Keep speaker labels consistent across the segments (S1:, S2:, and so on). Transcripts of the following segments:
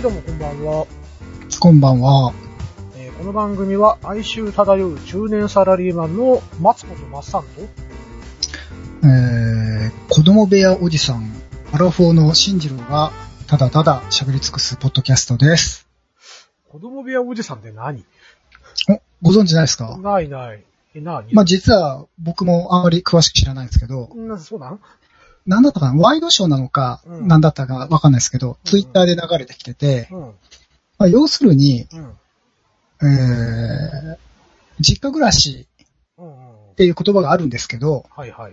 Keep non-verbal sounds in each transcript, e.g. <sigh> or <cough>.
S1: ばんは。
S2: こんばんは。
S1: えーこの番組は哀愁漂う中年サラリーマンの松本マッサンと、
S2: えー、子供部屋おじさん、アラフォーの新次郎が、ただただ喋り尽くすポッドキャストです。
S1: 子供部屋おじさんって何
S2: お、ご存知ないですか
S1: ないない。え、なに
S2: まあ、実は僕もあまり詳しく知らないんですけど、
S1: な、そうなん
S2: なんだったかなワイドショーなのか、
S1: うん
S2: なんだったかわかんないですけど、ツイッターで流れてきてて、
S1: うん。うん。
S2: まあ、要するに、えー、実家暮らし
S1: うんうん。
S2: っていう言葉があるんですけど、
S1: はいはい。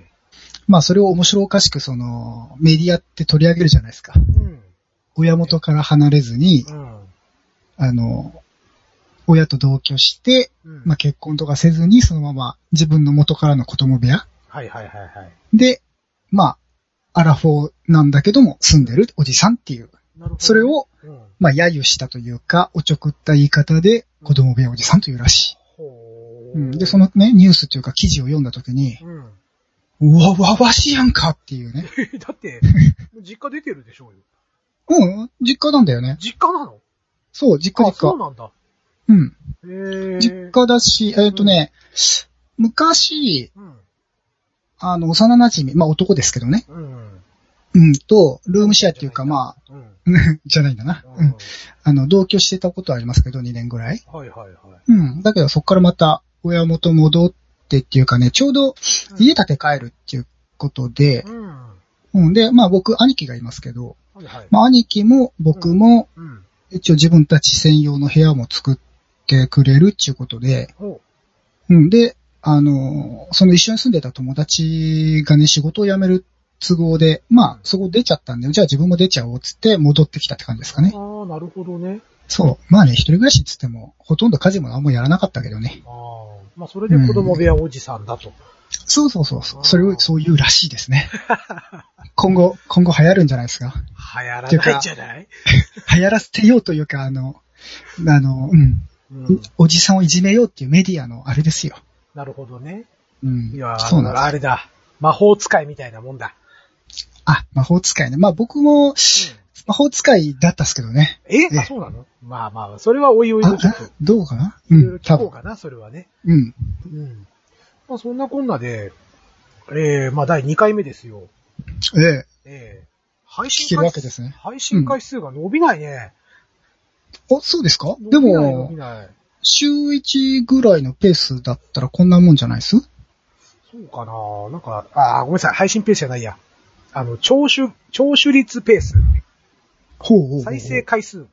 S2: まあ、それを面白おかしくその、メディアって取り上げるじゃないですか。
S1: うん。
S2: 親元から離れずに、
S1: うん。
S2: あの、親と同居して、
S1: うん。
S2: まあ、結婚とかせずに、そのまま自分の元からの子供部屋
S1: はいはいはいはい。
S2: で、まあ、アラフォーなんだけども住んでるおじさんっていう、
S1: なるほど。
S2: それ、を、
S1: うん。
S2: まあ、揶揄したというか、おちょくった言い方で、子供部屋おじさんというらしい。
S1: ほ
S2: うん、で、そ
S1: の、
S2: のね、ニュースというか記事を読んだ時に、
S1: うん。 <laughs>
S2: うわ、わわしやんかっていうね。
S1: だって、実家出てるでしょうよ。
S2: うん、実家なんだよね。
S1: 実家なの
S2: そう、実家
S1: あ、
S2: 実
S1: そう
S2: 家。
S1: なんだ。
S2: うん。
S1: へえ。
S2: 実。家だし、えっ、とね、昔、
S1: うん。
S2: あの、幼馴染、まあ男ですけどね、
S1: うん。
S2: うんと、ルームシェアっていうか、まあ、
S1: うん。
S2: じゃないんだな。
S1: う
S2: うんん。。あの、同居してたことはありますけど、2年ぐらい。
S1: はいはいはい。
S2: うん。だけど、そこからまた、親元戻ってっていうかね、ちょうど、家建て替えるっていうことで、
S1: うん。
S2: うん。で、まあ僕、兄貴がいますけど、
S1: はいはい。
S2: まあ兄貴も僕も、
S1: うん。
S2: 一応自分たち専用の部屋も作ってくれるっていうことで、
S1: ほ
S2: うん。で、あの、その一緒に住んでた友達がね、仕事を辞める都合で、まあ、そこ出ちゃったんで、じゃあ自分も出ちゃおうっつって戻ってきたって感じですか
S1: う。
S2: ね。
S1: ああ、なるほどね。
S2: そう。まあね、一人暮らしっつっても、ほとんど家事も何もやらなかったけどね。
S1: ああ。まあ、それで子供部屋おじさんだと。
S2: そうそうそう
S1: あ
S2: そ
S1: ー
S2: う。それを、そういうらしいですね。 <laughs> 今後、今後流行るんじゃないですか。
S1: 流行らないんじゃない
S2: 流行らせてようというか、あの、あの、うん。
S1: うん。
S2: おじさんをいじめようっていうメディアのあれですよ。
S1: なるほどね。
S2: うん。
S1: いやー
S2: そうなんで
S1: あれだ。魔法使いみたいなもんだ。
S2: す。あ、魔法使いね。まあ僕も、魔法使いだったっすけどね。
S1: え
S2: え
S1: あ、そうなのまあまあ、それはおいおい
S2: あ
S1: とちょっと、
S2: どうかなう
S1: いろいろ
S2: ん、多
S1: 聞こう
S2: 分。
S1: かな、それはね。
S2: うん。
S1: うん。まあ、そんなこんなで、えー、まあ、第2回目ですよ。
S2: ええ、
S1: えー、配
S2: 聞け
S1: 信
S2: る
S1: 回
S2: わ
S1: 数
S2: けですね。
S1: 配信回数が伸びないね。
S2: あ、そうですかで
S1: 伸びない伸び
S2: も、
S1: ない。
S2: 週1ぐらいのペースだったらこんなもんじゃないっす
S1: そうかななんか、あー、ごめんなさい。配信ペースじゃないや。あの、聴取、聴取率ペース。
S2: ほうほうほう
S1: 再生回数。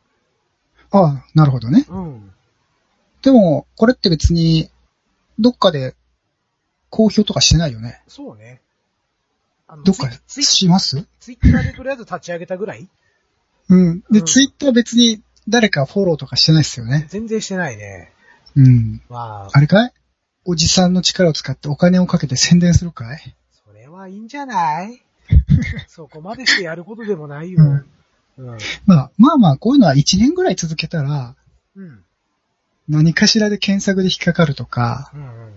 S2: ああ、なるほどね。
S1: うん。
S2: でも、これって別に、どっかで、公表とかしてないよね。
S1: そうね。あの
S2: どっか
S1: ツ
S2: で
S1: イ
S2: します
S1: ツイッターでとりあえず立ち上げたぐらい
S2: うん。
S1: う
S2: で、
S1: ん
S2: ツイッター別に誰かフォローとかしてないっすよね。
S1: 全然してないね。
S2: うん。
S1: まあ、
S2: あれかいおじさんの力を使ってお金をかけて宣伝するかい
S1: それはいいんじゃない
S2: <laughs>
S1: そこまでしてやることでもないよ。うん。
S2: まあまあまあ、こういうのは1年ぐらい続けたら、
S1: うん。
S2: 何かしらで検索で引っかかるとか、
S1: うん。うん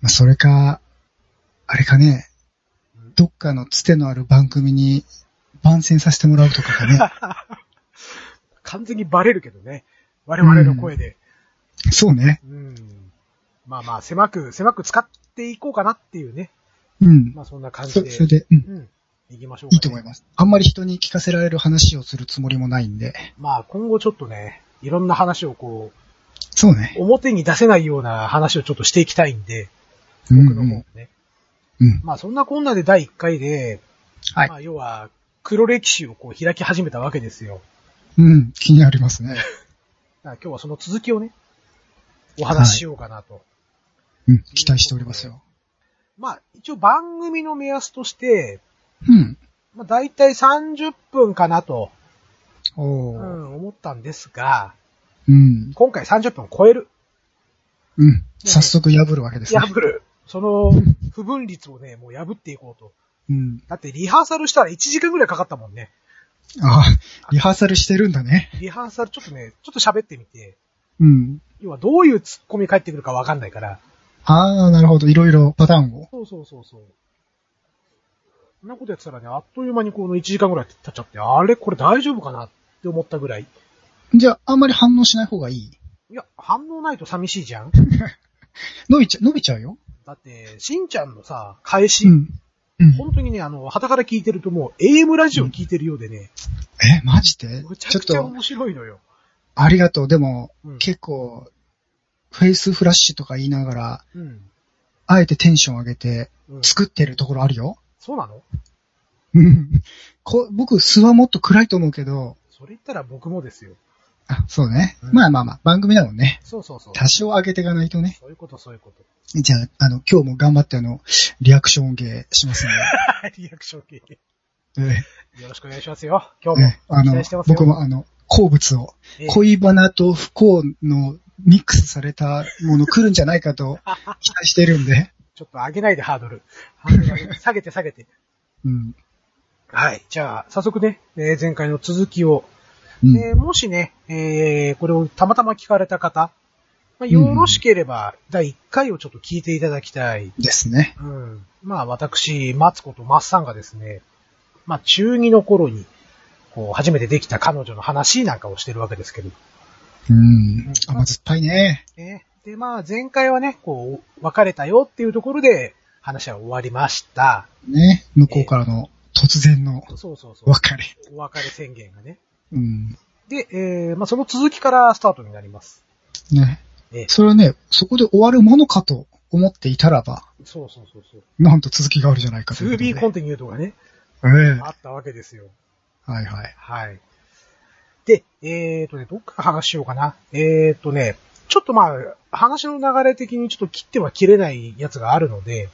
S2: まあそれか、あれかね
S1: うん、
S2: どっかのつてのある番組に番宣させてもらうとかかね。
S1: <laughs> 完全にバレるけどね。我々の声で。
S2: そうね。
S1: うん。まあまあ、狭く、狭く使っていこうかなっていうね。
S2: うん。
S1: まあそんな感じ
S2: そ
S1: で。
S2: それで、うん。
S1: うん。行きましょうか、ね。
S2: いいと思います。あんまり人に聞かせられる話をするつもりもないんで。
S1: まあ今後ちょっとね、いろんな話をこ
S2: そうね。
S1: う、表に出せないような話をちょっとしていきたいんで、
S2: うん
S1: 僕の方もね。
S2: うんうん
S1: まあそんなこんなで第1回で、
S2: はい
S1: まあ要は、黒歴史をこう開き始めたわけですよ。
S2: うん、気になりますね。
S1: だから今日はその続きをね、お話ししようかなと。
S2: うん、期待しておりますよ。
S1: まあ一応番組の目安として、
S2: うん。
S1: まあ大体30分かなと、
S2: お
S1: う
S2: ー
S1: ん、思ったんですが、
S2: うん、
S1: 今回30分超える。
S2: うん。早速破るわけですね。
S1: 破る。その不分率をね、もう破っていこうと。
S2: うん。
S1: だってリハーサルしたら1時間ぐらいかかったもんね。
S2: あリハーサルしてるんだね。
S1: リハーサルちょっとね、ちょっと喋ってみて、
S2: うん。
S1: 要はどういうツッコミ返ってくるかわかんないから。
S2: ああ、なるほど。いろいろパターンを。
S1: そうそうそうそう。そんなことやってたらね、あっという間にこの1時間ぐらい経っちゃって、あれこれ大丈夫かなっって思ったぐらい。
S2: じゃあ、あんまり反応しない方がいい。
S1: いや、反応ないと寂しいじゃ <laughs> ん。
S2: 伸びちゃ、伸びちゃうよ。
S1: だって、しんちゃんのさ、返し、
S2: うん。うん。
S1: 本当にね、あの、旗から聞いてるともう、AM ラジオ聞いてるようでね、
S2: え、マジで
S1: むちゃ
S2: ちょ
S1: く
S2: っ
S1: ちゃ
S2: と、
S1: 面白いのよ。
S2: ありがとう。でも、
S1: うん。
S2: 結構、フェイスフラッシュとか言いながら、
S1: うん。
S2: あえてテンション上げて
S1: うん、
S2: 作ってるところあるよ。 <laughs>
S1: そうなの
S2: うんこ僕、素はもっと暗いと思うけど、
S1: それ言ったら僕もですよ。
S2: あ、そうね。
S1: うん
S2: まあまあまあ、番組だもんね。
S1: そうそうそう。
S2: 多少上げていかないとね。
S1: そういうこと、そういうこと。
S2: じゃあ、あの、今日も頑張ってあの、リアクション芸しますん
S1: リアクション系。 <laughs>
S2: で。え
S1: よろしくお願いしますよ。今
S2: え
S1: 日も。
S2: あ
S1: 期
S2: の
S1: 待してま、すよ
S2: 僕もあの、好物を、
S1: ええ
S2: 恋バナと不幸のミックスされたもの来るんじゃないかと
S1: <laughs>
S2: 期待してるんで。
S1: ちょっと上げないでハードル。ハードル上げて <laughs> 下げて下げて。
S2: うん。
S1: はい。じゃあ、早速ね、えー前回の続きを。
S2: うん
S1: えーもしね、えーこれをたまたま聞かれた方、まあ、よろしければ、第1回をちょっと聞いていただきたい。
S2: ですね。
S1: うん。まあ、私、マツコとマッサンがですね、まあ、中2の頃に、こう、初めてできた彼女の話なんかをしてるわけですけど。
S2: うん。甘酸っぱいね。
S1: ねで、まあ、前回はね、こう、別れたよっていうところで、話は終わりました。
S2: ね。向こうからの突然の
S1: そうそうそう。
S2: 別れ。
S1: お別れ宣言がね。
S2: うん。
S1: で、えー、まあ、その続きからスタートになります。
S2: ね
S1: ええ。
S2: それはね、そこで終わるものかと思っていたらば、
S1: そうそうそうそう。
S2: なんと続きがあるじゃないかということで。
S1: 2B コンティニューとかね、
S2: ええ
S1: あったわけですよ。
S2: はいはい。
S1: はい。で、えーとね、どっから話しようかな。えーとね、ちょっとまあ、話の流れ的にちょっと切っては切れないやつがあるので、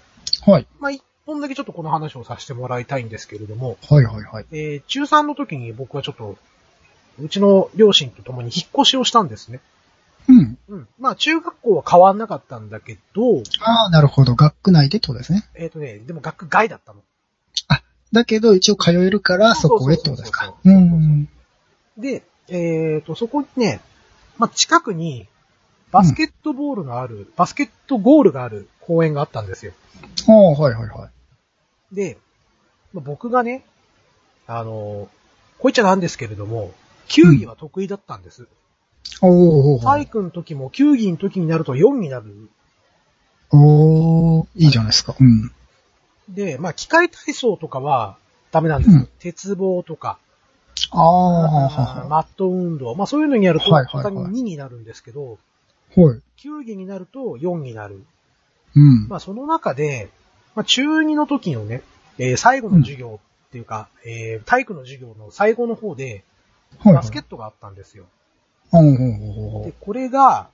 S2: はい。
S1: まあ、一本だけちょっとこの話をさせてもらいたいんですけれども、
S2: はいはいはい。
S1: えー、中3の時に僕はちょっと、うちの両親と共に引っ越しをしたんですね。
S2: うん。
S1: うん。まあ、中学校は変わんなかったんだけど、
S2: ああ、なるほど。学区内でってことですね。
S1: えーとね、でも学区外だったの。
S2: だけど、一応通えるから、そこへってことですか。う。
S1: そうそうそうそうんで、えっ、と、そこにね、まあ、近くに、バスケットボールのある、バスケットゴールがある公園があったんですよ。
S2: ああ、はいはいはい。
S1: で、まあ、僕がね、あの、こいちゃなんですけれども、球技は得意だったんです。
S2: おおお
S1: 体育の時も球技の時になると4になる。
S2: おおいいじゃないですか。うん。
S1: で、まあ、機械体操とかはダメなんですよ。
S2: うん
S1: 鉄棒とか、
S2: ああ、はあ
S1: あー
S2: はあは
S1: マット運動。まあ、そういうのにやると、
S2: はいはい
S1: 他
S2: はい
S1: に2になるんですけど、
S2: あ。はい。
S1: 球技になると4になる。
S2: うん。
S1: まあその中で、まあ中2の時のね、えー最後の授業っていうか、えー体育の授業の最後の方で、
S2: はいは
S1: バ
S2: い。
S1: スケットがあったんですよ。
S2: おーおーおー
S1: で、これが、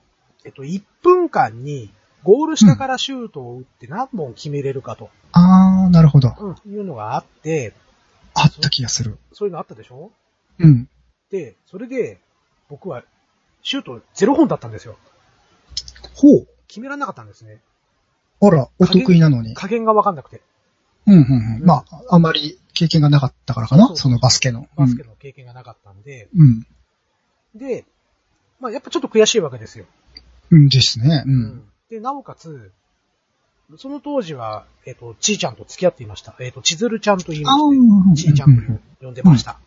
S1: えっと、1分間にゴール下からシュートを打って何本決めれるかと、
S2: ああ、なるほど。
S1: うんいうのがあって、
S2: あった気がする。
S1: そういうのあったでしょ
S2: うん。
S1: で、それで、僕は、シュート0本だったんですよ。
S2: ほう。
S1: 決められなかったんですね。
S2: あら、お得意なのに。
S1: 加減がわかんなくて、
S2: うんうんうん。まあ、あまり経験がなかったから
S1: そ
S2: か
S1: うそう
S2: な、そのバスケの。
S1: バスケの経験がなかったんで、
S2: うん。
S1: で、まあやっぱちょっと悔しいわけですよ。
S2: うんですね。うん。
S1: で、なおかつ、その当時は、えっ、と、ちーちゃんと付き合っていました。えっ、と、ちずるちゃんと言いま
S2: あ
S1: して、ちー
S2: あ、
S1: ちゃんと呼んでました。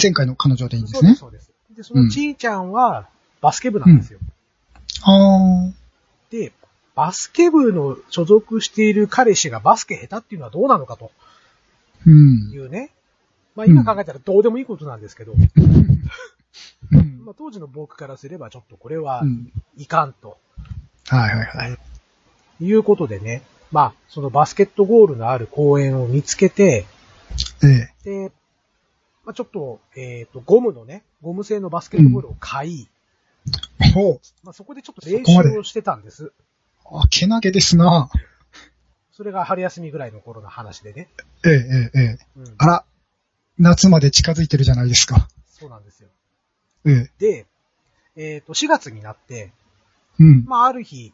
S2: 前回の彼女でいいんで
S1: そ
S2: す
S1: うで
S2: ね
S1: す、。そうです。で、そのちーちゃんは、バスケ部なんですよ。
S2: ああ、
S1: で、バスケ部の所属している彼氏がバスケ下手っていうのはどうなのかと
S2: うん
S1: い。うね。まあ今考えたらどうでもいいことなんですけど、
S2: うん
S1: まあ当時の僕からすればちょっとこれは
S2: うん
S1: いかんと
S2: はいはいはい。
S1: いうことでね、まあそのバスケットゴールのある公園を見つけて、
S2: ええ。
S1: で、まあ、ちょっと、えっ、と、ゴムのね、ゴム製のバスケットボールを買い、
S2: ほう。
S1: まあ、そこでちょっと練
S2: そこま
S1: 習
S2: で
S1: をしてたんです。
S2: あ、けなげですな。
S1: それが春休みぐらいの頃の話でね。
S2: ええ、ええ、ええ。
S1: うん。
S2: あら、夏まで近づいてるじゃないですか。
S1: そうなんですよ。
S2: ええ。
S1: で、えっ、と、4月になって、
S2: うん。
S1: まあ、ある日、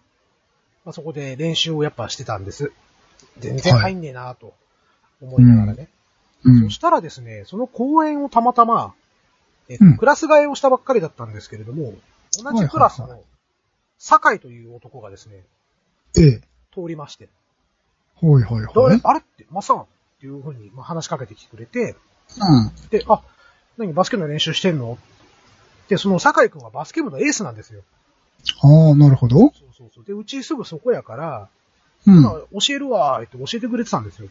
S1: まあ、そこで練習をやっぱしてたんです。全然入んねえなぁと思いながらね、
S2: うん
S1: そ。したらですね、その公演をたまたま、えっ、と、
S2: うん
S1: クラス替えをしたばっかりだったんですけれども、同じクラス
S2: はいは
S1: の、酒井という男がですね、
S2: ええ。
S1: 通りまして、
S2: ほいほいほい。
S1: 誰
S2: うん。
S1: あれって、マッサンっていうふうにまあ話しかけてきてくれて、
S2: あ
S1: で、あ、何、バスケの練習してんので、その、酒井くんはバスケ部のエースなんですよ。
S2: ああ、なるほど。
S1: そうそうそう。で、うちすぐそこやから、
S2: うん。
S1: ま
S2: は
S1: あ教えるわ、って教えてくれてたんですよ。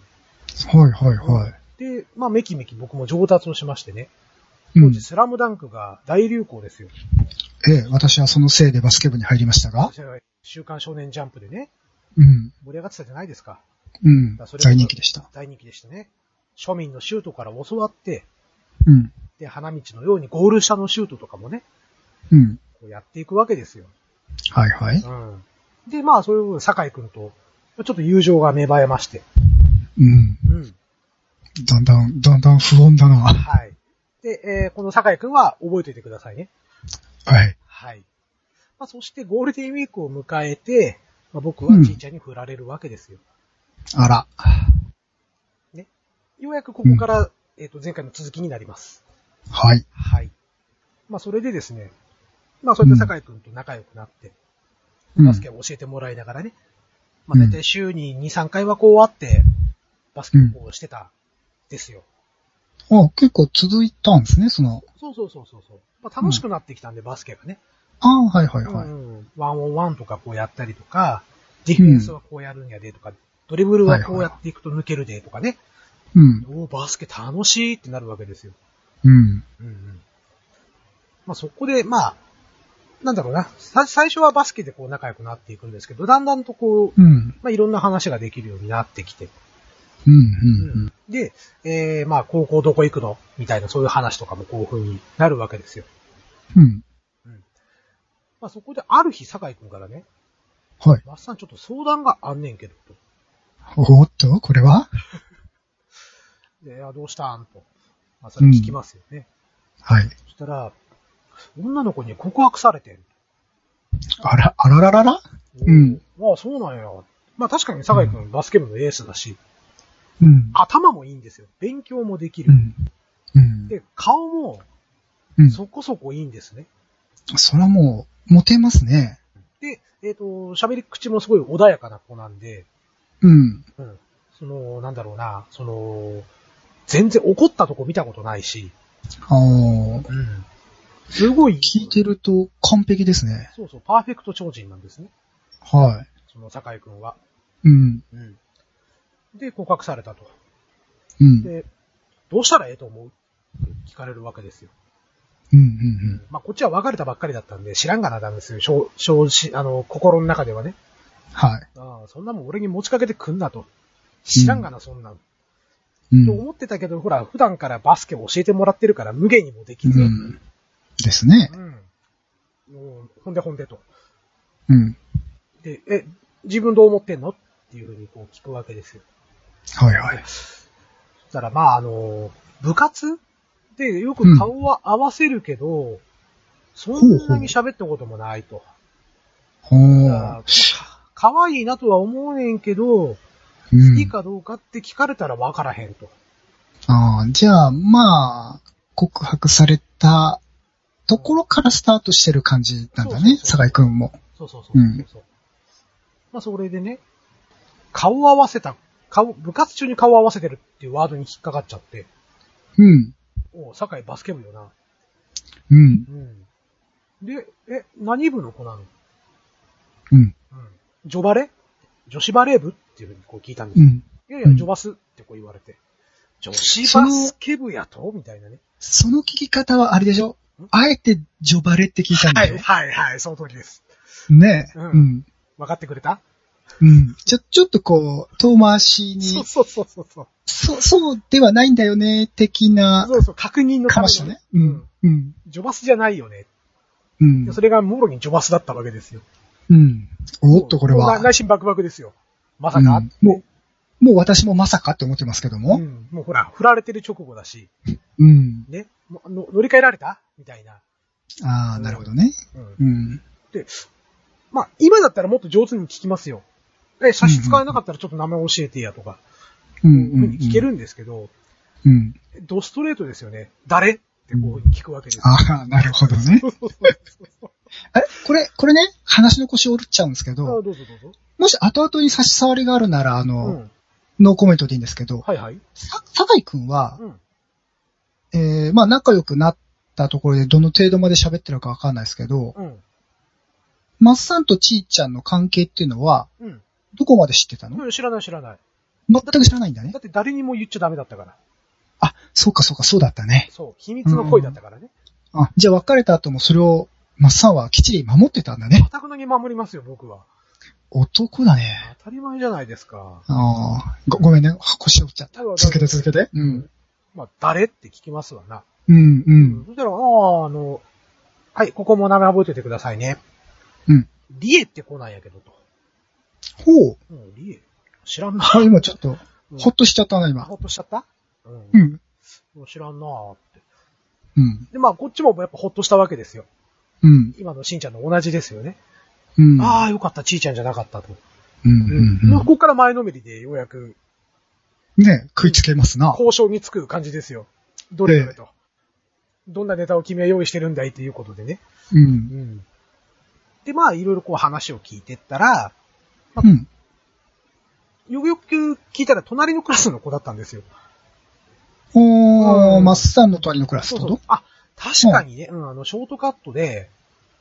S2: いはいは
S1: で、まあ、めきめき僕も上達をしましてね。
S2: い。う
S1: 当
S2: ん
S1: 時、。スラムダンクが大流行ですよ。
S2: ええ、私はそのせいでバスケ部に入りましたが。
S1: 私は週刊少年ジャンプでね、
S2: うん。
S1: 盛り上がってたじゃないですか。
S2: うん
S1: あそ。れは
S2: 大人気でした。
S1: 大人気でしたね。庶民のシュートから教わって、
S2: うん。
S1: で、花道のようにゴール下のシュートとかもね、
S2: うん。
S1: こうやっていくわけですよ。
S2: はいはい。
S1: うん。で、まあ、そういう、酒井くんと、ちょっと友情が芽生えまして。
S2: うん。
S1: うん。
S2: だんだん、だんだん不穏だな。
S1: はい。で、えーこの酒井くんは覚えておいてくださいね。
S2: はい。
S1: はい。まあ、そしてゴールデンウィークを迎えて、まあ、僕はちいちゃんに振られるわけですよ。
S2: あら。
S1: ようやくここから、えっ、と、前回の続きになります。
S2: はい。
S1: はい。まあ、それでですね、まあ、そういった酒井くんと仲良くなって、
S2: うん
S1: バスケを教えてもらいながらね、まあ、大体週に2、3回はこうあって、バスケをこうしてた、んですよ。
S2: あ、結構続いたんですね、その。
S1: そうそうそうそうそう。まあ、楽しくなってきたんで、バスケがね。
S2: ああ、はいはいは
S1: う
S2: い。
S1: ん。ワンオンワンとかこうやったりとか、ディフェンスはこうやるんやでとか、ドリブルはこうやっていくと抜けるでとかね。
S2: うん。
S1: おーバスケ楽しいってなるわけですよ。
S2: うん。
S1: うんうん。まあそこで、まあ、なんだろうな。さ最初はバスケでこう仲良くなっていくんですけど、だんだんとこう、
S2: うん。
S1: まあいろんな話ができるようになってきて。
S2: うん。うん。
S1: で、えー、まあ高校どこ行くのみたいなそういう話とかもこういう風になるわけですよ。
S2: うん。
S1: まあそこである日、酒井くんからね、
S2: はい。
S1: マッサンちょっと相談があんねんけど、と。
S2: おーっと、これは
S1: で、あ、どうしたんと。まあ、それ聞きますよね。
S2: はい。
S1: そしたら、女の子に告白されてる。
S2: あら、あららららうん
S1: おー。まあ、そうなんや。まあ、確かに酒井くん、バスケ部のエースだし、
S2: うん。
S1: 頭もいいんですよ。勉強もでき
S2: う
S1: る。
S2: ん。うん。
S1: で、顔も、
S2: うん。
S1: そこそこいいんですね。
S2: そらもう、モテますね。
S1: で、えっ、と、喋り口もすごい穏やかな子なんで、
S2: うん。
S1: うん。その、なんだろうな、その、全然怒ったとこ見たことないし、
S2: あー
S1: うん。すごい、
S2: 聞いてると完璧ですね。
S1: そうそう、パーフェクト超人なんですね。
S2: は
S1: その酒井くんは。
S2: い。うん。
S1: うん。で、告白されたと。
S2: うん。
S1: で、どうしたらええと思うって聞かれるわけですよ。
S2: うん。うん。
S1: まあ、こっちは別れたばっかりだったんで、知らんがななんですよ。正正直、あの、心の中ではね。
S2: はい。
S1: ああ、そんなもん俺に持ちかけてくんなと。知らんがな、そんなん。
S2: うん
S1: と。思ってたけど、ほら、普段からバスケを教えてもらってるから、無限にもできず。
S2: う
S1: うん。
S2: ん。ですね。
S1: もうほんでほんでと。
S2: うん。
S1: で、え、自分どう思ってんのっていうふうにこう聞くわけですよ。
S2: はいはい。
S1: そしたら、まあ、あの、部活でよく顔は合わせるけど、そんなに喋ったこともないと。
S2: ほー
S1: か。可愛いなとは思うねんけど、
S2: う
S1: 好き
S2: ん。
S1: かどうかって聞かれたらわからへんと。
S2: ああ、じゃあ、まあ、告白されたところからスタートしてる感じ
S1: そ
S2: なんだ
S1: うそう
S2: ね、
S1: そう
S2: 酒井くんも。
S1: そうそうそうそう
S2: うん
S1: そうまあ、それでね、顔合わせた、顔、部活中に顔合わせてるっていうワードに引っかかっちゃって、
S2: うん。
S1: おう、酒井バスケ部よな。
S2: うん。
S1: うん。で、え、何部の子なの
S2: うん。
S1: うん。女バレ女子バレー部っていうふうにこう聞いたんです
S2: う
S1: よ。
S2: ん。
S1: いやいや、女バスってこう言われて。女子バスケ部やとみたいなね。
S2: その聞き方はあれでしょ
S1: ん
S2: あえて、ジョバレって聞いたん
S1: は
S2: だ
S1: い、
S2: よ。
S1: はい、はい、その通りです。
S2: ねえ。
S1: う
S2: うんん。
S1: 分かってくれた
S2: うん。ちょ、ちょっとこう、遠回し
S1: そう
S2: に、
S1: そうそうそうそう。
S2: そう、そうではないんだよね、的な、
S1: そうそう、確認の
S2: か
S1: ため
S2: ま
S1: に
S2: したね。うん。うん。
S1: ジョバスじゃないよね。
S2: うん
S1: で。それがもろにジョバスだったわけですよ。
S2: うん。おっと、これは
S1: な。内心バクバクですよ。まさ
S2: うん
S1: か、
S2: もう、もう私もまさかって思ってますけど
S1: う
S2: も。
S1: ん、もうほら、振られてる直後だし、
S2: うん。
S1: ね、もの乗り換えられたみたいな。
S2: ああ、なるほどね。
S1: うん。
S2: うん。
S1: まあ、今だったらもっと上手に聞きますよ。え、差し支えなかったらちょっと名前教えてやとか、
S2: うん。うん
S1: ふうに聞けるんですけど、
S2: うん。
S1: ドストレートですよね。誰ってこう聞くわけですよ。
S2: ああ、なるほどね。
S1: <laughs> そうそうそう
S2: あれこれ、これね、話の腰折っちゃうんですけ
S1: あど
S2: ど
S1: う、ぞどうぞ。
S2: もし後々に差し障りがあるなら、あ
S1: う
S2: の、
S1: ん。
S2: ノーコメントでいいんですけど、
S1: はいはい。
S2: さ、酒井くんは
S1: う、ん。
S2: えーで、まあ仲良くなったところでどの程度まで喋ってるかわかんないですけど、
S1: うん。
S2: マッサンとちーちゃんの関係っていうのは、
S1: うん。
S2: どこまで知ってたの
S1: うん知らない知らない。
S2: 全く知らないんだね
S1: だ。って誰にも言っちゃダメだったから。
S2: あ、そうかそうか、そうだったね。
S1: そう。秘密の恋だったからね。
S2: あ、じゃあ別れた後もそれを、マッサンはきっちり守ってたんだね
S1: か。たくなに守りますよ、僕は。
S2: 男だね。
S1: 当たり前じゃないですか。
S2: ああ、ご、ごめんね。腰折っちゃった。続けて続けて。うん。
S1: まあ、誰って聞きますわな。
S2: うん、う。
S1: うんそしたら、ああ、あの、はい、ここも名前覚えててくださいね。
S2: うん。
S1: リエって子なんやけどと。
S2: ほう。
S1: うん、リエ。知らんな。
S2: あ、今ちょっと、
S1: うん
S2: ほっとしちゃったな、今
S1: ほ。っとしちゃったうん
S2: う。ん。
S1: もう知らんなーって。
S2: うん。
S1: で、まあ、こっちもやっぱほっとしたわけですよ。
S2: うん。
S1: 今のしんちゃんの同じですよね。
S2: うん。
S1: ああ、よかった、ちーちゃんじゃなかったと。
S2: うん。うん
S1: まあここから前のめりでようやく
S2: うん。ね食いつけますな。
S1: 交渉につく感じですよ。どれどれと。どんなネタを君は用意してるんだいっていうことでね。
S2: うん。
S1: で、まあ、いろいろこう話を聞いてったら、
S2: うん。
S1: よくよく聞いたら隣のクラスの子だったんですよ。
S2: お
S1: う
S2: ー、
S1: ん
S2: マッサンの隣のクラスって
S1: う
S2: こ
S1: う。あ、確かにね、うん、あの、ショートカットで、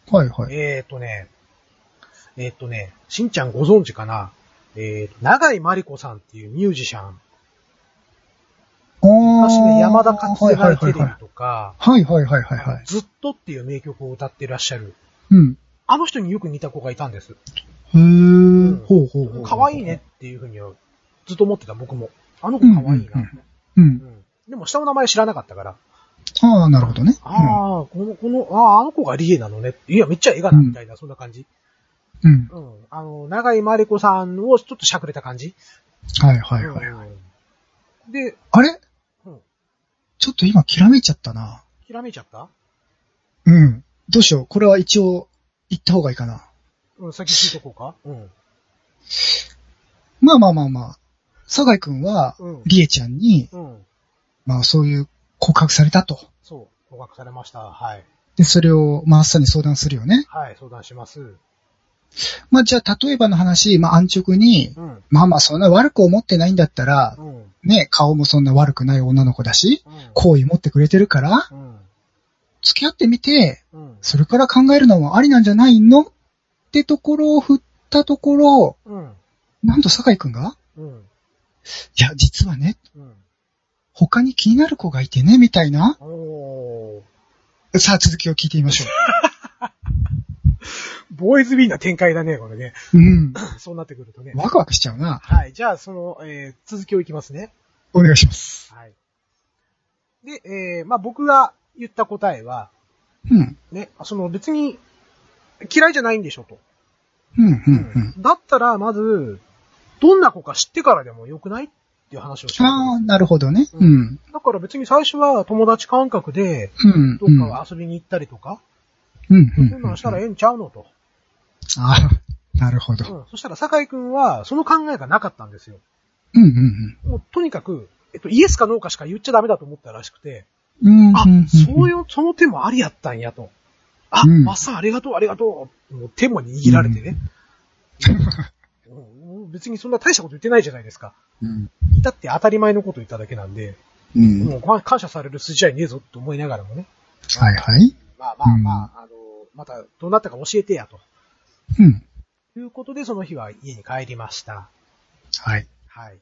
S2: とはいはい。
S1: えっ、とね、えっ、とね、しんちゃんご存知かなえーと、長井まりこさんっていうミュージシャン。
S2: お
S1: 昔ね、山田勝
S2: はい
S1: 世
S2: は
S1: テレ
S2: い
S1: ビ
S2: はい。
S1: とか、
S2: はいはいはいはいはい。
S1: ずっとっていう名曲を歌ってらっしゃる。
S2: うん。
S1: あの人によく似た子がいたんです。
S2: へー。ほうほうほう。
S1: 可愛いね。っていうふうにはずっと思ってた僕も。あの子可愛いな。
S2: う
S1: う
S2: ん。
S1: んでも下の名前知らなかったから、
S2: ああ、なるほどね。
S1: ああ、この、この、ああ、あの子がリエなのね。いや、めっちゃ絵がな、みたいな、そんな感じ。
S2: うん。うん。
S1: うん。あの、長井まりこさんをちょっとしゃくれた感じ。
S2: はいはいはい。
S1: うんで、
S2: あれ
S1: うん
S2: ちょっと今、きらめいちゃったな。
S1: ひらめいちゃった
S2: うん。どうしよう。これは一応、言った方がいいかな。
S1: うん、先聞いとこうか。うん。
S2: まあまあまあまあ。酒井くんは、
S1: うん。
S2: りえちゃんに、
S1: うん。
S2: まあそういう告白されたと。
S1: そう。告白されました。はい。
S2: で、それを、まあ、あっさんに相談するよね。
S1: はい、相談します。
S2: まあ、じゃあ、例えばの話、まあ、安直に、
S1: うん。
S2: まあまあ、そんな悪く思ってないんだったら
S1: う、ん。
S2: ね、顔もそんな悪くない女の子だし、
S1: うん。
S2: 好意持ってくれてるから、
S1: うん。
S2: 付き合ってみて、
S1: うん。
S2: それから考えるのもありなんじゃないのってところを振ったところ、
S1: うん。
S2: なんと酒井くんが、
S1: うん。
S2: いや、実はね、
S1: うん。
S2: 他に気になる子がいてね、みたいな。
S1: おー。
S2: さあ、続きを聞いてみましょ
S1: ボーイズビーな展開だね、これね。 <laughs>
S2: う。うん。
S1: そうなってくるとね。
S2: ワクワクしちゃうな。
S1: はい。じゃあ、その、えー、続きをいきますね。
S2: お願いします。
S1: はい。で、えー、まあ、僕が言った答えは、
S2: うん。
S1: ね、その別に嫌いじゃないんでしょと。
S2: うん、うん、うん。
S1: だったら、まず、どんな子か知ってからでもよくないっていう話をし
S2: あ
S1: ま
S2: あ、なるほどね。
S1: う
S2: うん。
S1: す。だから別に最初は友達感覚で、
S2: うん。
S1: どっか遊びに行ったりとか、
S2: うん。う
S1: そんなんんしたらええんちゃうのと。
S2: ああ、なるほど。
S1: うん。そしたら、酒井くんは、その考えがなかったんですよ。
S2: うん、うん、
S1: もう、とにかく、えっと、イエスかノーかしか言っちゃダメだと思ったらしくて、
S2: うん。うん
S1: あ、そう
S2: い
S1: いう、その手もありやったんやと。あ、
S2: うん
S1: マッサンありがとう、ありがとう。もう手も握られてね。うん別にそんな大したこと言ってないじゃないですか。
S2: <laughs> うん。
S1: だって当たり前のこと言っただけなんで、
S2: う
S1: も
S2: ん。
S1: うか感謝される筋合いねえぞって思いながらもね。
S2: はい、はい。
S1: まあまあまあ、あの、またどうなったか教えてやと。
S2: うん。
S1: いうことでその日は家に帰りました。
S2: はい。
S1: はい。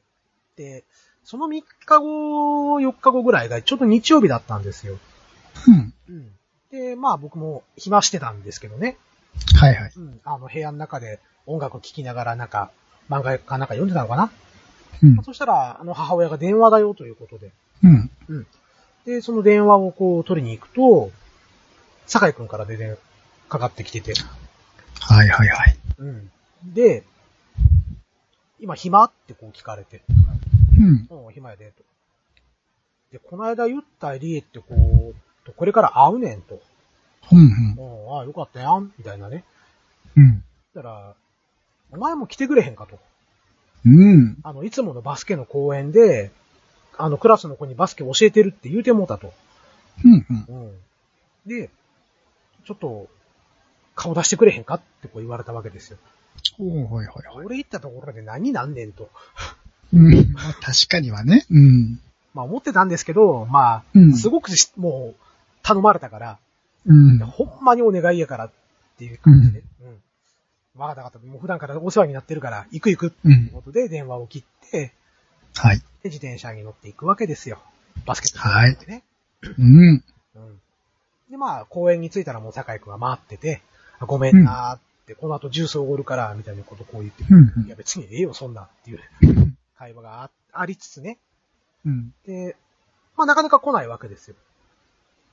S1: で、その3日後、4日後ぐらいがちょっと日曜日だったんですよ。
S2: うん。
S1: うん。で、まあ僕も暇してたんですけどね。
S2: はい、はい。
S1: うん、あの、部屋の中で音楽を聴きながら、なんか、漫画かなんか読んでたのかな、
S2: うん
S1: まあ。そしたら、あの、母親が電話だよということで。
S2: うん。
S1: で、その電話をこう、取りに行くと、酒井くんからで電話かかってきてて。
S2: はい、はい、はい。
S1: うん。で、今暇ってこう聞かれて。
S2: うん。
S1: うん、暇やで、と。で、この間言ったリエってこう、とこれから会うねんと。
S2: うん、
S1: うん、ああ、よかったやん、みたいなね。
S2: うん。
S1: だから、お前も来てくれへんかと。
S2: うん。
S1: あの、いつものバスケの公演で、あの、クラスの子にバスケ教えてるって言うてもうたと。
S2: うん、うん。
S1: うん。で、ちょっと、顔出してくれへんかってこう言われたわけですよ。
S2: おーはい、はい、はい。
S1: 俺行ったところで何なんねんと。
S2: うん。まあ確かにはね。うん。
S1: まあ思ってたんですけど、ま
S2: う
S1: あ、
S2: ん。
S1: すごくしもう頼まれたから、
S2: うん。
S1: ほんまにお願いやからっていう感じで、うん。わかったわかった。もう普段からお世話になってるから、行く行くって
S2: うん。
S1: ことで電話を切って、
S2: はい。
S1: で自転車に乗っていくわけですよ。バスケットでね。
S2: うん。
S1: うん。で、まあ、公園に着いたらもう酒井くんが待ってて、あごめんなーって、この後ジュースおごるから、みたいなことをこう言って、
S2: うん。
S1: いや別にええよ、そんなっていう
S2: うん
S1: 会話があありつつね。
S2: うん。
S1: で、まあなかなか来ないわけですよ。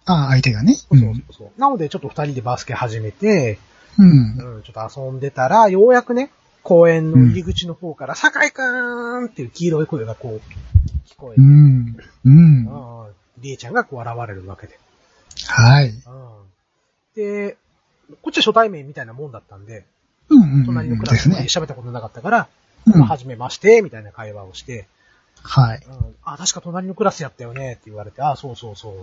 S2: ああ、相手がね。
S1: そうそうそう。なのでちょっと二人でバスケ始めて、
S2: うん。
S1: うん、ちょっと遊んでたら、ようやくね、公園の入り口の方から、酒井くーんっていう黄色い声がこう、聞こえ
S2: う
S1: て、
S2: ん。うん。
S1: うん、りえちゃんがこう現れるわけで。
S2: はい。
S1: うんで、こっちは初対面みたいなもんだったんで、
S2: うんうんうん。
S1: 隣のクラ
S2: で
S1: ス
S2: す
S1: で
S2: ね。
S1: 喋ったことなかったから、
S2: うん
S1: まあ初めまして、みたいな会話をして、
S2: はい。
S1: うん、あ、確か隣のクラスやったよね、って言われて、あ、そうそうそう、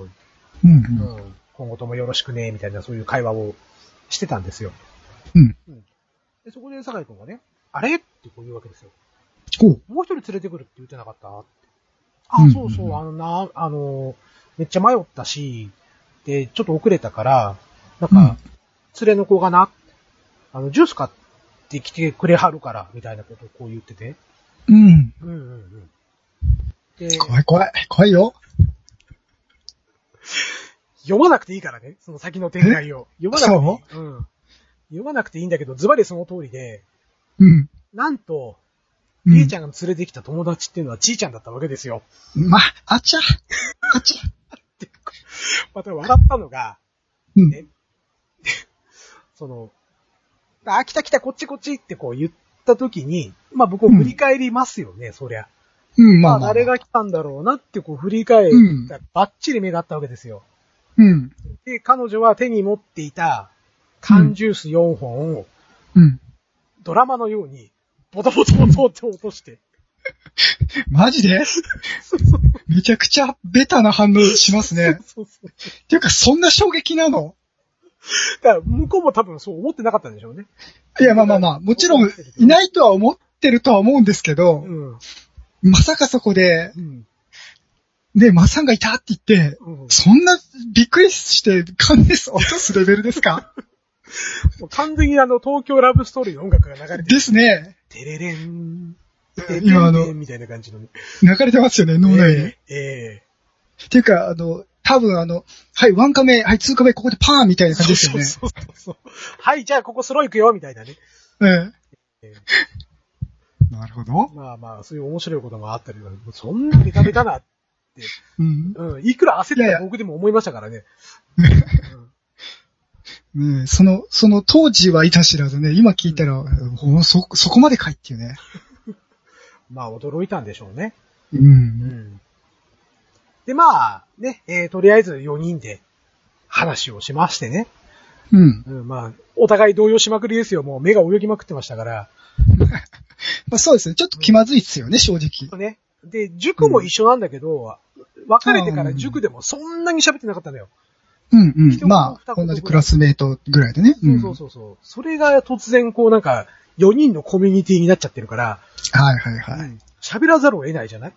S2: うんう。
S1: うんん、今後ともよろしくね、みたいなそういう会話をしてたんですよ。
S2: うん。
S1: でそこで酒井くんがね、あれってこう言うわけですよ。
S2: おう。
S1: もう一人連れてくるって言ってなかったってあ、
S2: うん
S1: そうそう、あのな、あの、めっちゃ迷ったし、で、ちょっと遅れたから、なん
S2: う
S1: か
S2: ん、
S1: 連れの子がな、あの、ジュース買ってきてくれはるから、みたいなことをこう言ってて。
S2: うん。
S1: うんうんうん。で、
S2: 怖い怖い。怖いよ。
S1: 読まなくていいからね、その先の展開を。読まなくていい。うん。読まなくていいんだけど、ズバリその通りで、
S2: うん。
S1: なんと、
S2: う
S1: りえちゃんが連れてきた友達っていうのはちーちゃんだったわけですよ。
S2: ま、あちゃ。あちゃ。
S1: また笑ったのが、
S2: うん。
S1: その、あ、来た来た、こっちこっちってこう言った時に、まあ僕も振り返りますよね、そりゃ。
S2: うん、ま
S1: ま
S2: あ
S1: あ
S2: まあ。
S1: 誰が来たんだろうなってこう振り返っ
S2: うん
S1: たら、バッチリ目があったわけですよ。
S2: うん。
S1: で、彼女は手に持っていた缶ジュース4本を
S2: うん。
S1: ドラマのように、ボトボトボトって落として。
S2: マジ
S1: <laughs>
S2: で
S1: そうそう
S2: めちゃくちゃベタな反応しますね。
S1: そうそう。
S2: っていうか、そんな衝撃なの
S1: だから向こうも多分そう思ってなかったんでしょうね。
S2: いや、まあまあまあ、もちろん、いないとは思ってるとは思うんですけど、
S1: うん。
S2: まさかそこで、
S1: うん。
S2: ね、マッサンがいたって言って、
S1: うん
S2: そんなびっくりして、感です、落とすレベルで
S1: <laughs>
S2: すか
S1: もう完全にあの、東京ラブストーリーの音楽が流れてる、
S2: ですね。
S1: テレレン、テレレ
S2: 今あの
S1: ン、みたいな感じのね。
S2: 流れてますよね、脳内に。
S1: えええ
S2: っていうか、あの、多分あの、はい、ワンカメ、はい、ツーカメ、ここでパーンみたい
S1: え
S2: な感じですよね。
S1: そうそうそうそう。はい、じゃあここスロー行くよ、みたいなね。
S2: うん
S1: え
S2: なるほど。
S1: まあまあ、そういう面白いこともあったりとか、そんなベタベタな、
S2: うん。
S1: うん、いくら焦って
S2: いや
S1: た
S2: いや
S1: 僕でも思いましたからね。
S2: ねその、その当時はいた知らずね、今聞いたら、ほんそ、そこまでかいっていうね。
S1: まあ、驚いたんでしょうね。
S2: う。
S1: うんん。で、まあ、ね、えーとりあえず4人で話をしましてね。
S2: うん。
S1: うん、まあ、お互い動揺しまくりですよ。もう目が泳ぎまくってましたから。
S2: まあそうですね。ちょっと気まずいっすよね、正直。
S1: ね。で、塾も一緒なんだけど、別れてから塾でもそんなに喋ってなかったのよ。
S2: うん
S1: 一
S2: う
S1: 言
S2: ん。ま
S1: 二
S2: あ、
S1: 言
S2: 同じクラスメイトぐらいでね。
S1: そ
S2: ん
S1: うそうそうそう。それが突然こうなんか、4人のコミュニティになっちゃってるから、
S2: はいはいはい。
S1: 喋らざるを得ないじゃない、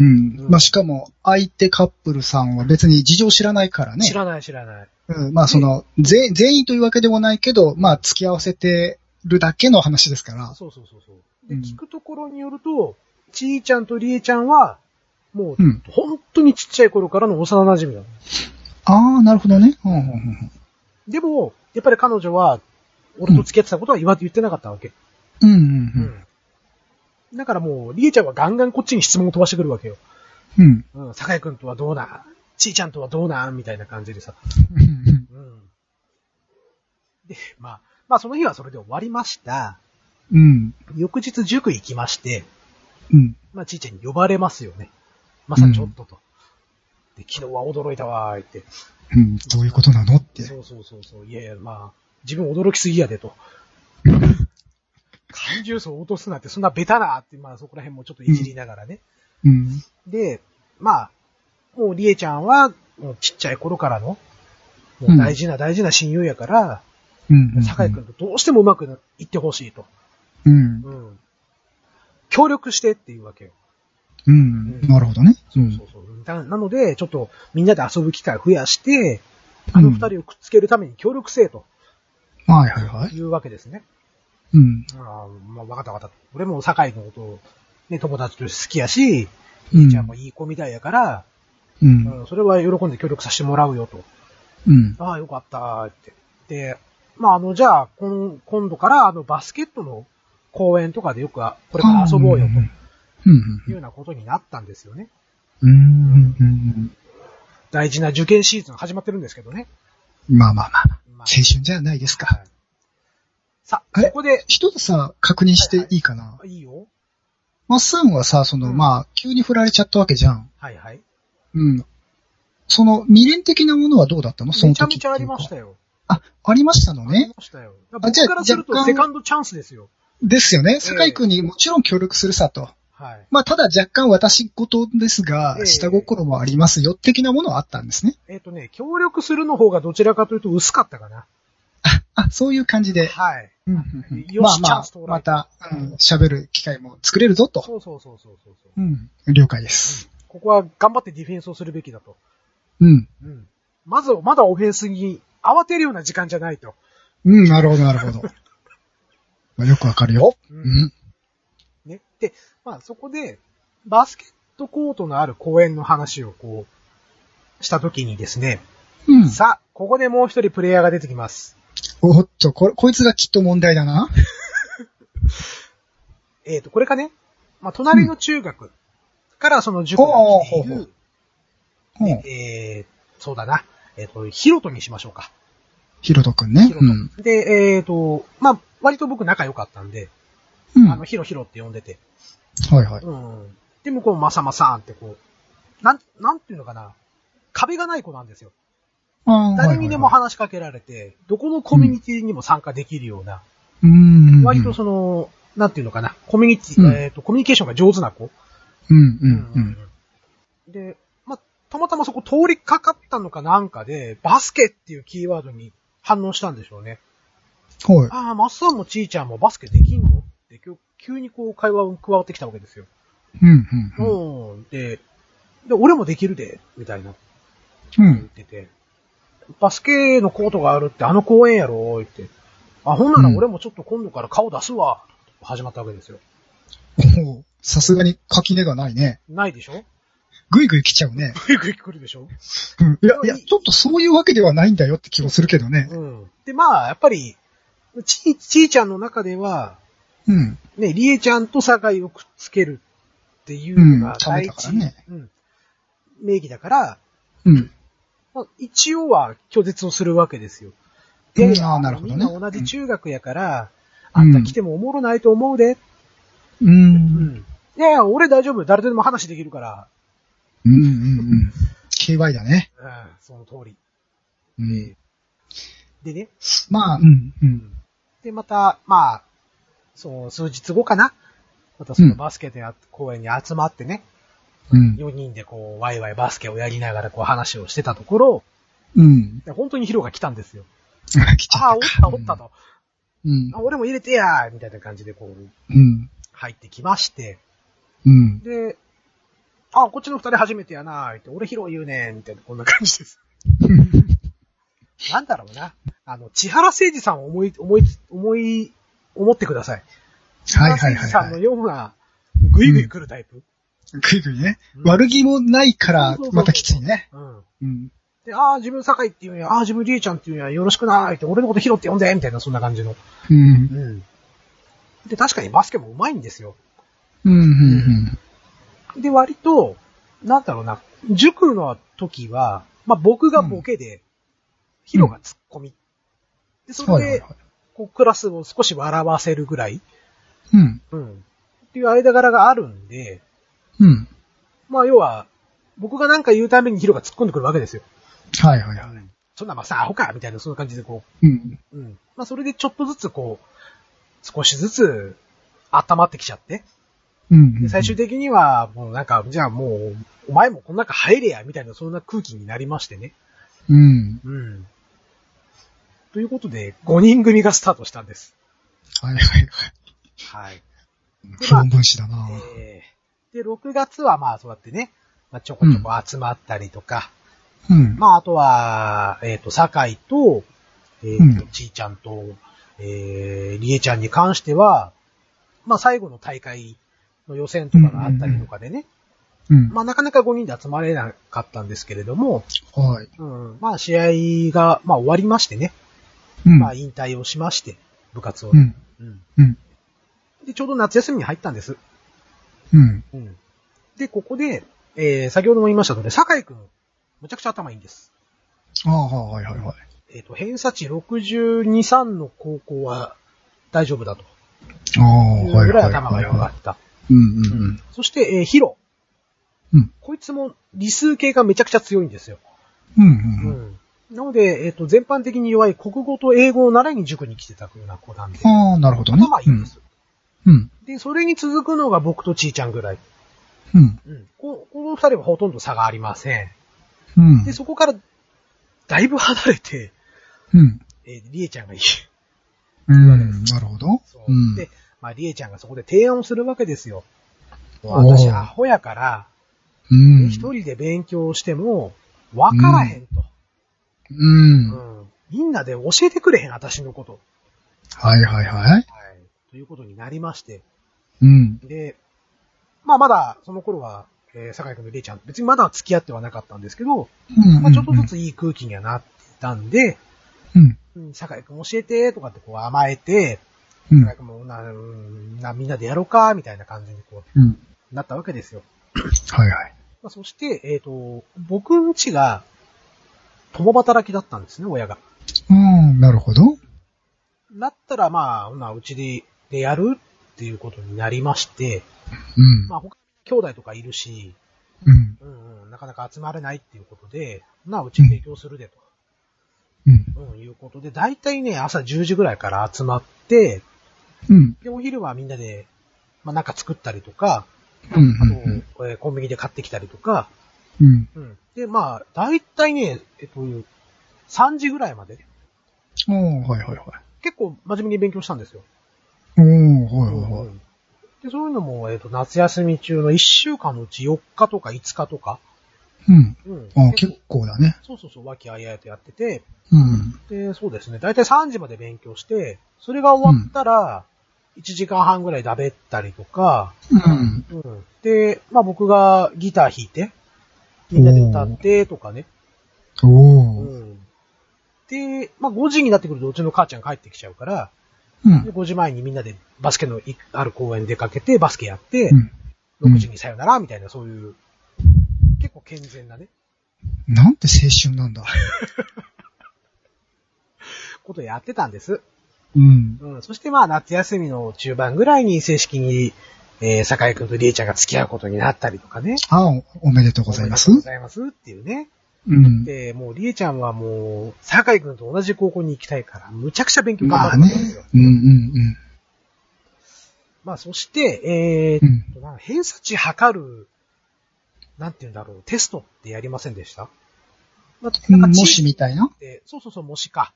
S2: うん
S1: うん。
S2: まあしかも、相手カップルさんは別に事情知らないからね
S1: 知。らない知らない。
S2: うんまあその、全員全員というわけでもないけど、まあ付き合わせてるだけの話ですから。
S1: そうそうそうそう。
S2: う
S1: で、
S2: ん
S1: 聞くところによると、ちーちゃんとりえちゃんは、もう
S2: う、ん。
S1: 本当にちっちゃい頃からの幼馴染みなの。
S2: ああ、なるほどね。うんうんうん
S1: でも、やっぱり彼女は、俺と付き合ってたことは言わ言ってなかったわけ。
S2: うん。うんうん
S1: うんだからもう、りえちゃんはガンガンこっちに質問を飛ばしてくるわけよ。
S2: うん。うん
S1: うん、酒井くんとはどうなんちーちゃんとはどうなんみたいな感じでさ。
S2: うん
S1: うん。で、まあ、まあその日はそれで終わりました。
S2: うん。うん
S1: 翌日塾行きまして、
S2: うん。
S1: まあちーちゃんに呼ばれますよね。まさちょっとと。で、昨日は驚いたわーいって。
S2: うん。どういうことなのって。
S1: そうそうそうそう。いやいや、まあ、自分驚きすぎやでと。缶ジュースを落とすなんてそんなベタなって、まあそこら辺もちょっといじりながらね。
S2: うん。
S1: で、まあ、もうりえちゃんは、もうちっちゃい頃からの、もう大事な大事な親友やから、
S2: うん。うん
S1: 酒井くんとどうしてもうまくいってほしいと。
S2: うん。
S1: うん。協力してっていうわけよ。
S2: うん。なるほどね。
S1: そうそうそう。んだなので、ちょっとみんなで遊ぶ機会を増やして、あの二人をくっつけるために協力せえと
S2: はいはいはい。
S1: いうわけですね。
S2: うん。
S1: あーまあ、わかったわかった。俺も堺のことを、ね、友達として好きやし、
S2: うん。
S1: じゃあもういい子みたいやから、
S2: う。
S1: うんん、それは喜んで協力させてもらうよと。
S2: うん。
S1: ああ、よかったーって。で、まあ、あの、じゃあ、こん今度から、あの、バスケットの公園とかでよくあ、これから遊ぼうよ
S2: ん
S1: と
S2: うん
S1: いうようなことになったんですよね。
S2: うん。うん。うん。
S1: 大事な受験シーズン始まってるんですけどね。
S2: まあまあまあ。
S1: まあ
S2: 青春じゃないですか。
S1: さあ、
S2: あれ
S1: ここで、
S2: 一つさ、確認していいかな。
S1: いいよ。
S2: まっすんはさ、その、
S1: うん
S2: まあ、急に振られちゃったわけじゃん。
S1: はいはい。
S2: うん。その、未練的なものはどうだったのその
S1: めちゃ
S2: 時
S1: めちゃありましたよ。
S2: あ、ありましたの
S1: あり
S2: ね。
S1: ましたよ。だから
S2: あじゃあ
S1: 僕からすると、
S2: 若干
S1: セカンドチャンスですよ。
S2: ですよね。坂井くんにもちろん協力するさと。
S1: はい。
S2: まあ、ただ若干私事ですが
S1: え、え
S2: 下心もありますよ、的なものはあったんですね。 <laughs>
S1: えっ、とね、協力するの方がどちらかというと薄かったかな。
S2: あ、そういう感じで。
S1: はい。
S2: うんうんうん
S1: よし
S2: まあ
S1: チャン
S2: ま
S1: ス到
S2: あ
S1: 来、
S2: また、うん喋る機会も作れるぞと。
S1: そうそうそうそうそうそう。
S2: うん。了解です。
S1: ここは頑張ってディフェンスをするべきだと。
S2: うん。
S1: うん。まず、まだオフェンスに慌てるような時間じゃないと。
S2: うん、なるほど、なるほど。 <laughs> まあよくわかるよ。
S1: う。
S2: うんん。
S1: ね。で、まあそこで、バスケットコートのある公園の話をこう、したときにですね、
S2: うん。
S1: さあ、ここでもう一人プレイヤーが出てきます。
S2: おっと、これ、こいつがきっと問題
S1: <laughs>
S2: だな。
S1: えっ、と、これかね、まあ隣の中学からその塾が来ている、
S2: ほうほううん。
S1: えー、そうだな、えっ、と、ヒロトにしましょうか。
S2: ヒロトくんね
S1: ヒ。ロ
S2: う
S1: ト。
S2: ん。
S1: で、えっ、と、まあ割と僕仲良かったんで、
S2: うん。
S1: あの、
S2: は
S1: ヒロヒロって呼んでて、
S2: いはい。
S1: うん。で、向こうもまさまさんってこう、なん、なんていうのかな。壁がない子なんですよ。
S2: あー
S1: 誰にでも
S2: はい
S1: 話しかけられて、どこのコミュニティにも参加できるような、
S2: はいうん。
S1: 割とその、なんていうのかな、コミュニティ、
S2: うん
S1: えっ、と、コミュニケーションが上手な子。
S2: うんうんうん。
S1: うんで、まあ、たまたまそこ通りかかったのかなんかで、バスケっていうキーワードに反応したんでしょうね。
S2: はい。
S1: ああ、マッサンもちーちゃんもバスケできんのって、きょ急にこう会話を加わってきたわけですよ。
S2: うんうんうん。
S1: うん。で、で、俺もできるで、みたいな。
S2: う
S1: 言っ
S2: ん。
S1: てて、バスケのコートがあるってあの公園やろ、言って。あ、ほんなら俺もちょっと今度から顔出すわ、始まったわけですよ。
S2: おおさすがに垣根がないね。
S1: ないでしょ
S2: ぐいぐい来ちゃうね。
S1: グイグイ <laughs> 来るでしょ
S2: うんいや、いや、ちょっとそういうわけではないんだよって気もするけどね。
S1: うん。で、まあ、やっぱり、ち、ちーちゃんの中では、
S2: うん。
S1: ね、りえちゃんと酒井をくっつけるっていうの
S2: う
S1: が
S2: ん
S1: 第
S2: ためだか
S1: 一、
S2: らね
S1: うん名義だから、
S2: うん。
S1: まあ、一応は拒絶をするわけですよ。
S2: うん
S1: いやいや
S2: あーなるほどね
S1: みんな同じ中学やから、
S2: うん
S1: あんた来てもおもろないと思うで。
S2: う。
S1: うんん。いやいや、俺大丈夫。誰とでも話できるから。
S2: うんうんうん。KY だね。
S1: うん、その通り。
S2: うん。
S1: でね。
S2: まあ、うんうん。
S1: で、また、まあ、そう、数日後かな。またそのバスケでや公園に集まってね、
S2: うん。
S1: 4人でこう、ワイワイバスケをやりながらこう話をしてたところ、
S2: うん。
S1: 本当にヒロが来たんですよ。
S2: 来ち
S1: あ
S2: ゃ
S1: あ、おっ
S2: っ
S1: たた
S2: か。
S1: おったと。
S2: うん
S1: あ、。俺も入れてやーみたいな感じでこう、
S2: うん。
S1: 入ってきまして、
S2: うん。
S1: で、あ、こっちの二人初めてやなーって、俺ヒロ言うねん、みたいな、こんな感じです。
S2: <laughs>
S1: なんだろうな。あの、千原誠二さんを思い、思い、思い、思ってください。
S2: はいは
S1: 千
S2: い
S1: 原
S2: はい
S1: さん
S2: は
S1: の
S2: い。
S1: ような、ぐいぐい来るタイプ。
S2: ぐいぐいね
S1: うん。
S2: 悪気もないか
S1: そ
S2: ら
S1: うそうそう、
S2: またきついね。
S1: うん。
S2: うん。
S1: で、ああ、自分酒井っていうんや、ああ、自分りえちゃんっていうんや、よろしくなーって、俺のこと拾って呼んで、みたいな、そんな感じの。
S2: うん。
S1: うん。で、確かにバスケも上手いんですよ。
S2: うんうん
S1: で、割と、なんだろうな、塾の時は、まあ、僕がボケで、ヒロがツッコミ。で、
S2: うん。
S1: そ
S2: はい
S1: れ
S2: はい
S1: で
S2: は、い。
S1: こう、クラスを少し笑わせるぐらい、
S2: うん。
S1: うん。っていう間柄があるんで、
S2: うん。
S1: まあ、要は、僕がなんか言うためにヒロが突っ込んでくるわけですよ。
S2: はいはいはい。
S1: そんなまあさ、アホかみたいな、そんな感じでこ
S2: うん。
S1: う、うん。まあ、それでちょっとずつこう、少しずつ、温まってきちゃって、
S2: うんう
S1: で
S2: ん。
S1: 最終的には、もうなんか、じゃあもう、お前もこの中入れや、みたいな、そんな空気になりましてね。
S2: うん。
S1: うん。ということで、5人組がスタートしたんです。
S2: はいはいはい。
S1: はい。
S2: 不安分子だな
S1: えーで、6月はまあ、そうやってね、まあ、ちょこちょこ集まったりとか、
S2: うん。
S1: まあ、あとは、えっ、と、酒井と、えっ、と、
S2: うん
S1: ちいちゃんと、えー、りえちゃんに関しては、まあ、最後の大会の予選とかがあったりとかでね、
S2: うん。
S1: まあ、なかなか5人で集まれなかったんですけれども、
S2: はい。
S1: うん、まあ、試合が、まあ、終わりましてね、
S2: うん。
S1: まあ、引退をしまして、部活を
S2: う
S1: ね、
S2: ん。
S1: うん。
S2: うん。
S1: で、ちょうど夏休みに入ったんです。
S2: うん。
S1: うん。で、ここで、えー、先ほども言いましたので、酒井くん、むちゃくちゃ頭いいんです。
S2: ああ、はいはいはい。
S1: えっ、と、偏差値62、3の高校は大丈夫だと。
S2: ああ、
S1: いう
S2: はい
S1: ぐらい
S2: はい
S1: 頭が
S2: はい
S1: 良か
S2: は
S1: った。
S2: い。うんうんうん。
S1: そして、えーヒロ。
S2: うん。
S1: こいつも理数系がめちゃくちゃ強いんですよ。
S2: うん
S1: う
S2: うんうん。
S1: ん。なので、えっ、と、全般的に弱い国語と英語を習いに塾に来てたような子なんで、
S2: ああ、なるほどね。
S1: 頭いいんです。
S2: うん。
S1: で、それに続くのが僕とちーちゃんぐらい。
S2: うん。
S1: うん。ここの二人はほとんど差がありません。
S2: うん
S1: で、。そこから、だいぶ離れて、
S2: うん。
S1: えー、りえちゃんがいい。
S2: うん。なるほど
S1: そう。。
S2: うん。
S1: で、まあ、りえちゃんがそこで提案をするわけですよ。
S2: おー
S1: 私、アホやから、
S2: う
S1: 一、
S2: ん。
S1: 人で勉強しても、わからへんと、
S2: うん。
S1: うんみんなで教えてくれへん、私のこと。
S2: はいはいはい。
S1: はい。ということになりまして。
S2: うん。
S1: で、まあ、まだ、その頃は、えー、酒井君とりえちゃん、別にまだ付き合ってはなかったんですけど、
S2: うん。
S1: まあ、ちょっとずついい空気にはなってたんで、
S2: うん。
S1: うん、酒井君教えて、とかってこう甘えて、
S2: うん。
S1: なんかもうな、うんな、みんなでやろうか、みたいな感じにこ
S2: うん。
S1: う、なったわけですよ。
S2: はいはい。
S1: まあ、そして、えっ、と、僕ん家が、共働きだったんですね、親が。
S2: うん。なるほど。
S1: なったら、まあ、ほな、うちで、でやるっていうことになりまして、
S2: うん。
S1: まあ、他、兄弟とかいるし、
S2: うん。
S1: うんうん、なかなか集まれないっていうことで、ほな、うち提供するでと、
S2: うん。
S1: うん、いうことで、だいたいね、朝10時ぐらいから集まって、
S2: うん。
S1: で、お昼はみんなで、まあ、なんか作ったりとか、
S2: うん。
S1: あと、えーコンビニで買ってきたりとか、
S2: うん。
S1: うん。で、まあ、だいたいね、えっと、3時ぐらいまで、
S2: うん。はいはいはい。
S1: 結構真面目に勉強したんですよ。
S2: おー、はいはいはい。
S1: で、そういうのも、えっ、と、夏休み中の1週間のうち4日とか5日とか、
S2: うん。
S1: うん。
S2: あ
S1: 結
S2: 結
S1: 構
S2: 構だね。
S1: そうそうそう、和気あいあいとやってて、
S2: うん。
S1: で、そうですね、だいたい3時まで勉強して、それが終わったら、1時間半ぐらいだべったりとか、
S2: うん。
S1: うん。で、まあ僕がギター弾いて、みんなで歌ってとかね、
S2: おー。
S1: うん。で、まあ5時になってくるとうちの母ちゃん帰ってきちゃうから、
S2: うん
S1: で。5時前にみんなでバスケのいある公園出かけて、バスケやって
S2: う、ん。うん
S1: 6時にさよなら、みたいな、そういう、結構健全なね、
S2: なんて青春なんだ。
S1: ことやってたんです。
S2: うん。
S1: うん。そしてまあ、夏休みの中盤ぐらいに正式に、えー、坂井くんとりえちゃんが付き合うことになったりとかね。
S2: あお、おめでとうございます
S1: おめ。でとうございますっていうね。
S2: うん。
S1: で、もうりえちゃんはもう、坂井くんと同じ高校に行きたいから、むちゃくちゃ勉強頑張
S2: ま
S1: った
S2: あ
S1: んで
S2: ね
S1: すよ。。
S2: うんうん
S1: まあ、そして、
S2: う
S1: え
S2: ん。う
S1: ーっ
S2: ん。
S1: と、なんか偏差値測る、なんて言うんだろう、テストってやりませんでしたまあ
S2: う
S1: な
S2: ん
S1: んか
S2: も
S1: 地域
S2: しみたいな。
S1: でそうそうそう、模試か。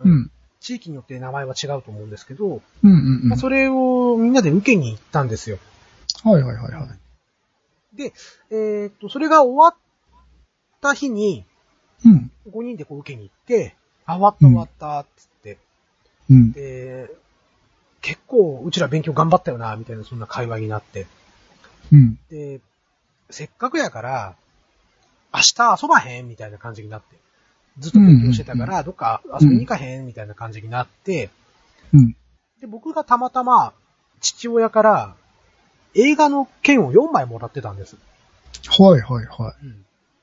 S2: う。ん。
S1: 地域によって名前は違うと思うんですけど、
S2: うんうんうん。
S1: まあ、それをみんなで受けに行ったんですよ。
S2: はいはいはいはい。
S1: えーっと、それが終わった日に、
S2: うん。
S1: 5人でこう受けに行って、あ、終わった終わった、つって、
S2: うん。
S1: で、結構うちら勉強頑張ったよな、みたいなそんな会話になって。
S2: うん。
S1: で、せっかくやから、明日遊ばへんみたいな感じになって。ずっと勉強してたか
S2: うん
S1: ら、どっか遊びに行かへんみたいな感じになって、
S2: うん。
S1: で、僕がたまたま、父親から、映画の券を4枚もらってたんです。
S2: はいはいは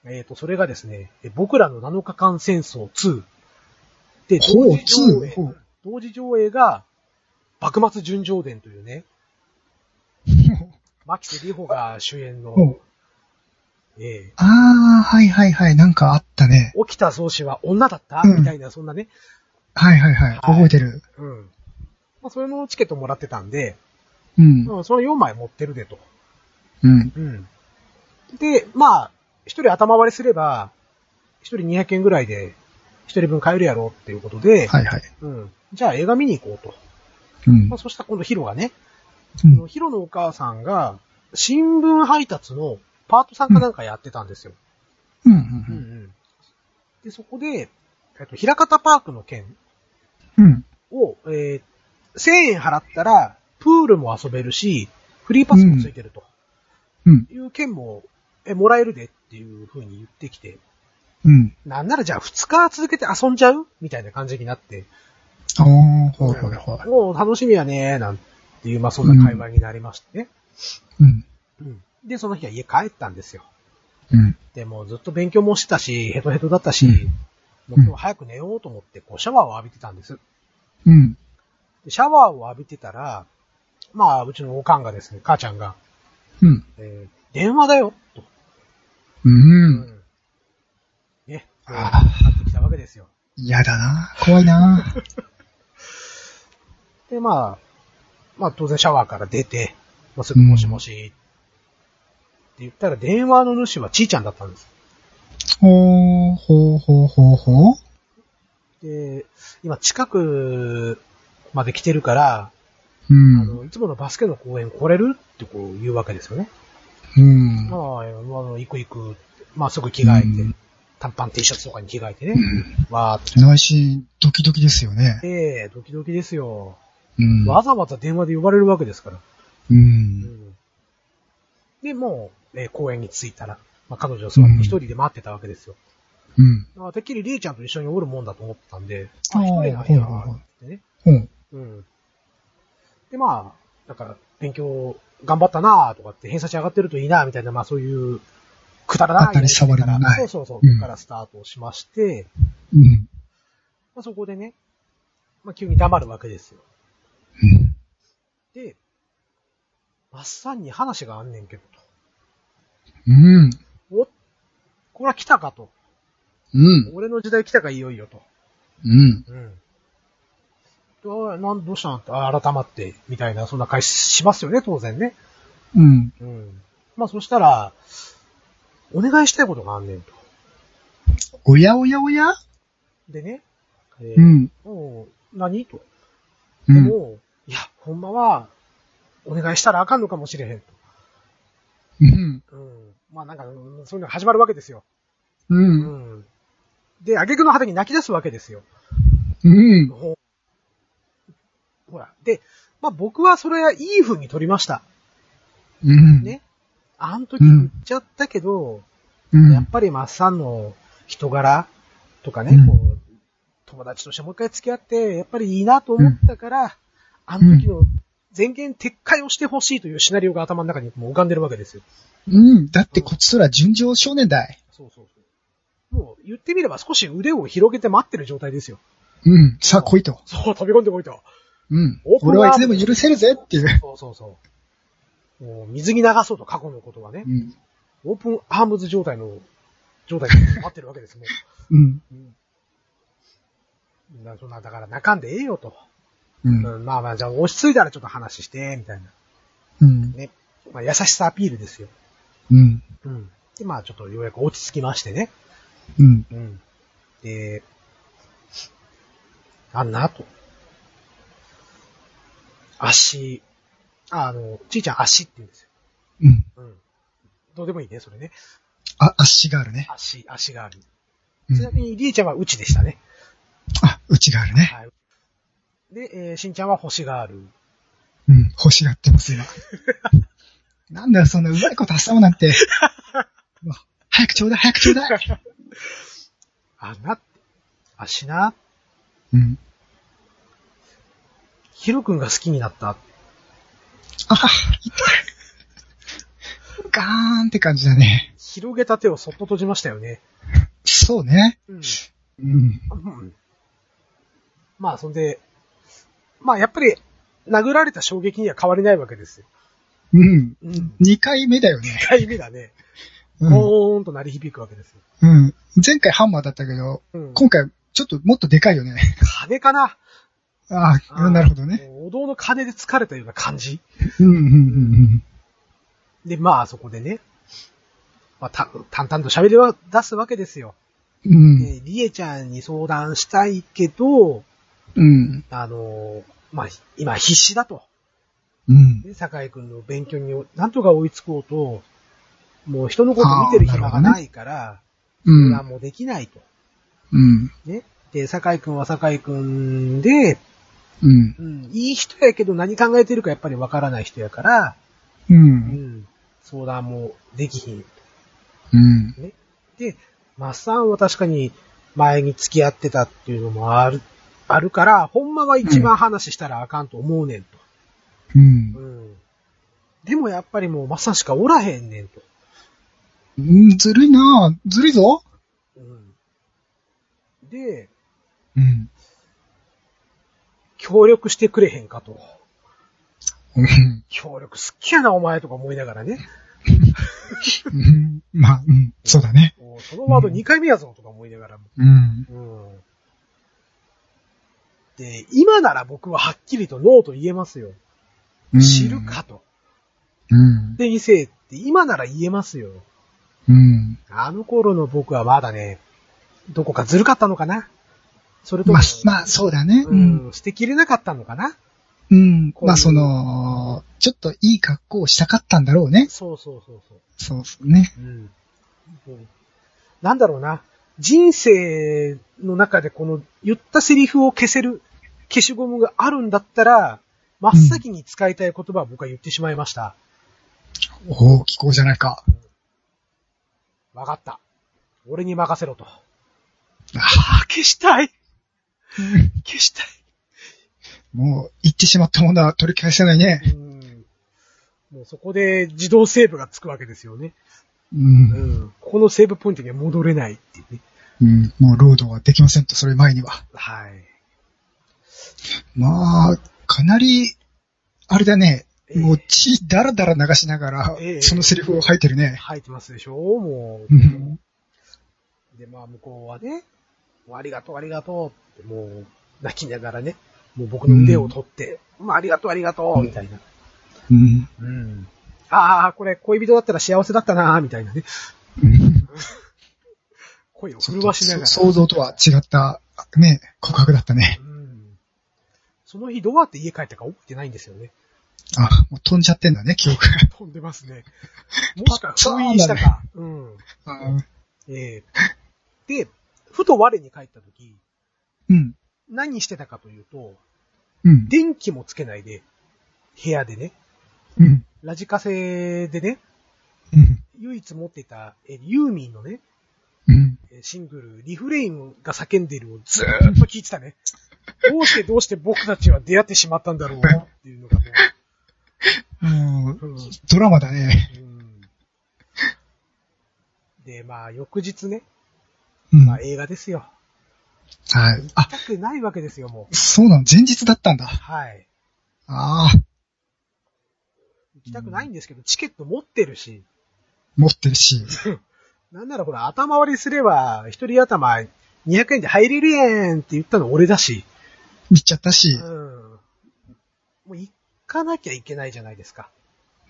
S1: えっ、と、それがですね、え僕らの7日間戦争2。で、
S2: ほう
S1: 同時上
S2: 2ほ
S1: 映
S2: う、
S1: 同時上映が、幕末純情伝という
S2: <laughs>
S1: ね、
S2: い。
S1: 牧瀬里穂が主演の、
S2: ほう
S1: え
S2: あー、はいはいはい。なんかあったね。
S1: ー、起きた創始は女だった、
S2: うん
S1: みたいな、そんなね、
S2: はいはいはい。覚えてる。
S1: うん。まあ、それのチケットもらってたんで、
S2: うん。
S1: うん、その4枚持ってるでと。
S2: うん。
S1: うん。で、まあ、一人頭割りすれば、一人200円ぐらいで、一人分買えるやろっていうことで、
S2: はいはい。
S1: うん。じゃあ映画見に行こうと。
S2: うん
S1: まあ、。そしたら今度ヒロがね、
S2: う
S1: そ
S2: ん
S1: のヒロのお母さんが、新聞配達のパートさんかなんかやってたんですよ。
S2: うんう
S1: うんん。で、そこで、えっと、平方パークの件
S2: うん。うん。
S1: を、えー、1000円払ったら、プールも遊べるし、フリーパスもついてると
S2: うん。
S1: いう件も、え、もらえるでっていう風に言ってきて、
S2: うん。
S1: なんならじゃあ2日続けて遊んじゃうみたいな感じになって、
S2: ああ、ほいほいほい。
S1: もう楽しみやねーなんていう、まあそんな会話になりましてね。
S2: うん。
S1: うん。で、その日は家帰ったんですよ。
S2: うん。
S1: で、もうずっと勉強もしてたし、ヘトヘトだったし、
S2: うん
S1: もう今日早く寝ようと思って、こうシャワーを浴びてたんです。
S2: うん。
S1: でシャワーを浴びてたら、まあ、うちのおかんがですね、母ちゃんが、
S2: うん。
S1: えー電話だよ、と。
S2: うん。
S1: ね、こう
S2: ああ、
S1: 買ってきたわけですよ。
S2: 嫌だな。怖いな。
S1: で、まあ、まあ当然シャワーから出て、まあすぐもしもし、って言ったら電話の主はちーちゃんだったんです。
S2: ほう、ほうほうほうほう。
S1: で、今近くまで来てるから、
S2: う
S1: あ
S2: ん。
S1: の、いつものバスケの公園来れるってこう言うわけですよね。
S2: うん。
S1: まあ、あの、行く行く、まあすぐ着替えて、
S2: うん
S1: 短パン T シャツとかに着替えてね、
S2: うん
S1: わーって
S2: 内心、ドキドキですよね。
S1: ええドキドキですよ。
S2: うん。
S1: わざわざ電話で呼ばれるわけですから。
S2: う。
S1: うんん、で、もう、えー公園に着いたら、まあ、彼女は座って一人で待ってたわけですよ。
S2: うん。
S1: まあてっきりリーちゃんと一緒におるもんだと思ってたんで、
S2: あ
S1: あ、
S2: ー
S1: 一人なんや、ってね。
S2: ほう。
S1: うん。で、まあ、だから、勉強頑張ったなぁとかって、偏差値上がってるといいなぁみたいな、まあそういう、くだらない。
S2: 当たり障りのない
S1: そうそうそうう。
S2: ん
S1: からスタートしまして、
S2: うん。
S1: まあそこでね、まあ急に黙るわけですよ。
S2: うん。
S1: で、マッサンに話があんねんけど
S2: うん。
S1: と。おこれは来たかと。
S2: うん。
S1: 俺の時代来たかいよいよと。
S2: うん。
S1: うん。あなんどうしたのって、あ改まって、みたいな、そんな返ししますよね、当然ね。
S2: うん。
S1: うん。まあそしたら、お願いしたいことがあんねんと。
S2: おやおやおや
S1: でね、えー
S2: うん。
S1: もう何と。
S2: う
S1: で
S2: ん。
S1: も、いや、ほんまは、お願いしたらあかんのかもしれへんと。
S2: うん。
S1: うん。まあなんか、うんそういうのが始まるわけですよ。
S2: う。
S1: うんん。で、挙句の果てに泣き出すわけですよ。
S2: うん。
S1: ほほら。で、まあ僕はそれはいい風に取りました。
S2: うん。
S1: ね。あの時言っちゃったけど、
S2: う
S1: やっ
S2: ん。
S1: ぱりマッサンの人柄とかね、
S2: うん
S1: こう、友達としてもう一回付き合って、やっぱりいいなと思ったから、あの時の全言撤回をしてほしいというシナリオが頭の中にもう浮かんでるわけですよ。
S2: うん。だってこっちそら純情少年だい。
S1: そうそうそう。もう言ってみれば少し腕を広げて待ってる状態ですよ。
S2: うん。さあ来いと。
S1: そう、飛び込んでこいと。
S2: うん
S1: オー。プン
S2: 俺
S1: ワー
S2: はい
S1: ル
S2: つでも許せるぜっていう。
S1: そうそうそう。もう水に流そうと過去のことはね、
S2: うん。
S1: オープンアームズ状態の、状態で待ってるわけですも <laughs> ん。
S2: うん。
S1: うんなそんな、だから泣かんでええよと。
S2: うん。
S1: まあまあ、じゃあ落ち着いたらちょっと話して、みたいな。
S2: うん。
S1: ね。まあ、優しさアピールですよ。
S2: うん。
S1: うん。で、まあちょっとようやく落ち着きましてね。
S2: うん。
S1: うん。で、あんなと。足、ああの、ちいちゃん足って言うんですよ。
S2: うん。
S1: うん。どうでもいいね、それね。
S2: あ、足があるね。
S1: 足、足がある。
S2: う
S1: ちなんみに、りーちゃんはうちでしたね。
S2: あ、内があるね。
S1: はい。で、えーしんちゃんは星がある。
S2: うん。欲しがってま
S1: <laughs>
S2: す、今。なんだよ、そんなうまいこと挟むなん
S1: <laughs>
S2: て。もう早くちょうだい、早くちょうだい。
S1: あな、足な、
S2: うん。
S1: ヒロ君が好きになった。
S2: あ、痛い。ガーンって感じだね。
S1: 広げた手をそっと閉じましたよね。
S2: そうね。
S1: うん。
S2: うん。
S1: まあ、そんで、まあ、やっぱり、殴られた衝撃には変わりないわけですよ。
S2: うん。
S1: うん。
S2: 二回目だよね。
S1: 2回目がね、
S2: うん。
S1: ボーンと鳴り響くわけですよ。
S2: うん。前回ハンマーだったけど、
S1: うん。
S2: 今回ちょっともっとでかいよね。 <laughs>
S1: 金かな
S2: ああ、なるほどね。。
S1: もうお堂の金で疲れたような感じ。
S2: うん、うん、うん
S1: で、まあ、そこでね、まあ、た、淡々と喋りは出すわけですよ。
S2: うん。うん。
S1: で、りえちゃんに相談したいけど、
S2: うん。
S1: あのーまあ、今必死だと。
S2: うん。
S1: ね、酒井くんの勉強になんとか追いつこうと、もう人のこと見てる暇がないから、
S2: うん。
S1: 何もできないと。
S2: うん。
S1: ね。で、酒井くんは酒井くんで、
S2: うん。
S1: うん、いい人やけど何考えてるかやっぱりわからない人やから、
S2: う。
S1: うんん、相談もできひん。
S2: うん。
S1: で、マッサンは確かに前に付き合ってたっていうのもある、あるから、ほんまは一番話したらあかんと思うねんと。
S2: うん。
S1: うん。でもやっぱりもうマッサンしかおらへんねんと。
S2: うんずるいなぁずるいぞ。
S1: うん。で、
S2: うん。
S1: 協力してくれへんかと。
S2: うん
S1: 協力好きやなお前とか思いながら
S2: <laughs>
S1: ね。
S2: うん。まあ、うん。そうだね。
S1: もうそのワード2回目やぞとか思いながら。
S2: うん。
S1: うん。で、今なら僕ははっきりとノーと言えますよ。
S2: うん
S1: 知る。かと。
S2: うん。
S1: で、異性って今なら言えますよ。
S2: うん。
S1: あの頃の僕はまだね、どこかずるかったのかなそれとも、
S2: まあ、まあ、そうだね。
S1: う
S2: うん。
S1: ん、捨てきれなかったのかな
S2: うん。
S1: こういう
S2: まあ、その、ちょっといい格好をしたかったんだろうね。
S1: そうそうそうそう。
S2: そうですね。
S1: うん。うんなんだろうな。人生の中でこの言ったセリフを消せる消しゴムがあるんだったら、真っ先に使いたい言葉は僕は言ってしまいました。
S2: おお気候じゃないか。
S1: わ、かった。俺に任せろと。あ
S2: あ
S1: あ、消したい消した
S2: もう、言ってしまったものは取り返せないね。
S1: いうん。もうそこで自動セーブがつくわけですよね。
S2: う。
S1: うんん。ここのセーブポイントには戻れないっていうね。
S2: うん。もう、労働はできませんと、それ前には。
S1: はい。
S2: まあ、かなり、あれだね。
S1: ええ
S2: もう、血だらだら流しながら
S1: ええ、
S2: そのセリフを吐いてるね。
S1: 入ってますでしょもう。
S2: うん。
S1: で、まあ、向こうはね、もうありがとう、ありがとうって、もう、泣きながらね、もう僕の腕を取って、まあ、ありがとう、ありがとう、みたいな。
S2: うん。
S1: うん。ああ、これ、恋人だったら幸せだったな、みたいなね。
S2: うん
S1: 声を
S2: ち
S1: 震
S2: ょっ
S1: わ
S2: と
S1: しなが
S2: そ
S1: ら。
S2: 想像とは違った、ね、告白だったね。
S1: うん。その日、どうやって家帰ったか覚えてないんですよね。
S2: あ、もう飛んじゃってんだね、記憶が。
S1: 飛んでますね。もしか、封印したか。うん。ええで、ふと我に帰った時、
S2: うん。
S1: 何してたかというと、
S2: うん。
S1: 電気もつけないで、部屋でね、
S2: うん。
S1: ラジカセでね、
S2: うん。
S1: 唯一持ってたえーユーミンのね、
S2: うん。
S1: えーシングル、リフレインが叫んでるをずーっと聞いてたね。どうしてどうして僕たちは出会ってしまったんだろうっていうのがも
S2: もう
S1: う。うん
S2: ドラマだね。
S1: うんで、まあ、翌日ね、
S2: うん。
S1: まあ
S2: はい。
S1: 映画ですよ。
S2: あ、
S1: 痛くないわけですよ、もう。
S2: そうなの、前日だったんだ。
S1: はい。
S2: ああ、
S1: 行きたくないんですけど、チケット持ってるし、
S2: 持ってるし。
S1: なんならほら、頭割りすれば、一人頭200円で入れるやんって言ったの俺だし。
S2: 見ちゃったし。
S1: うん。もう行かなきゃいけないじゃないですか。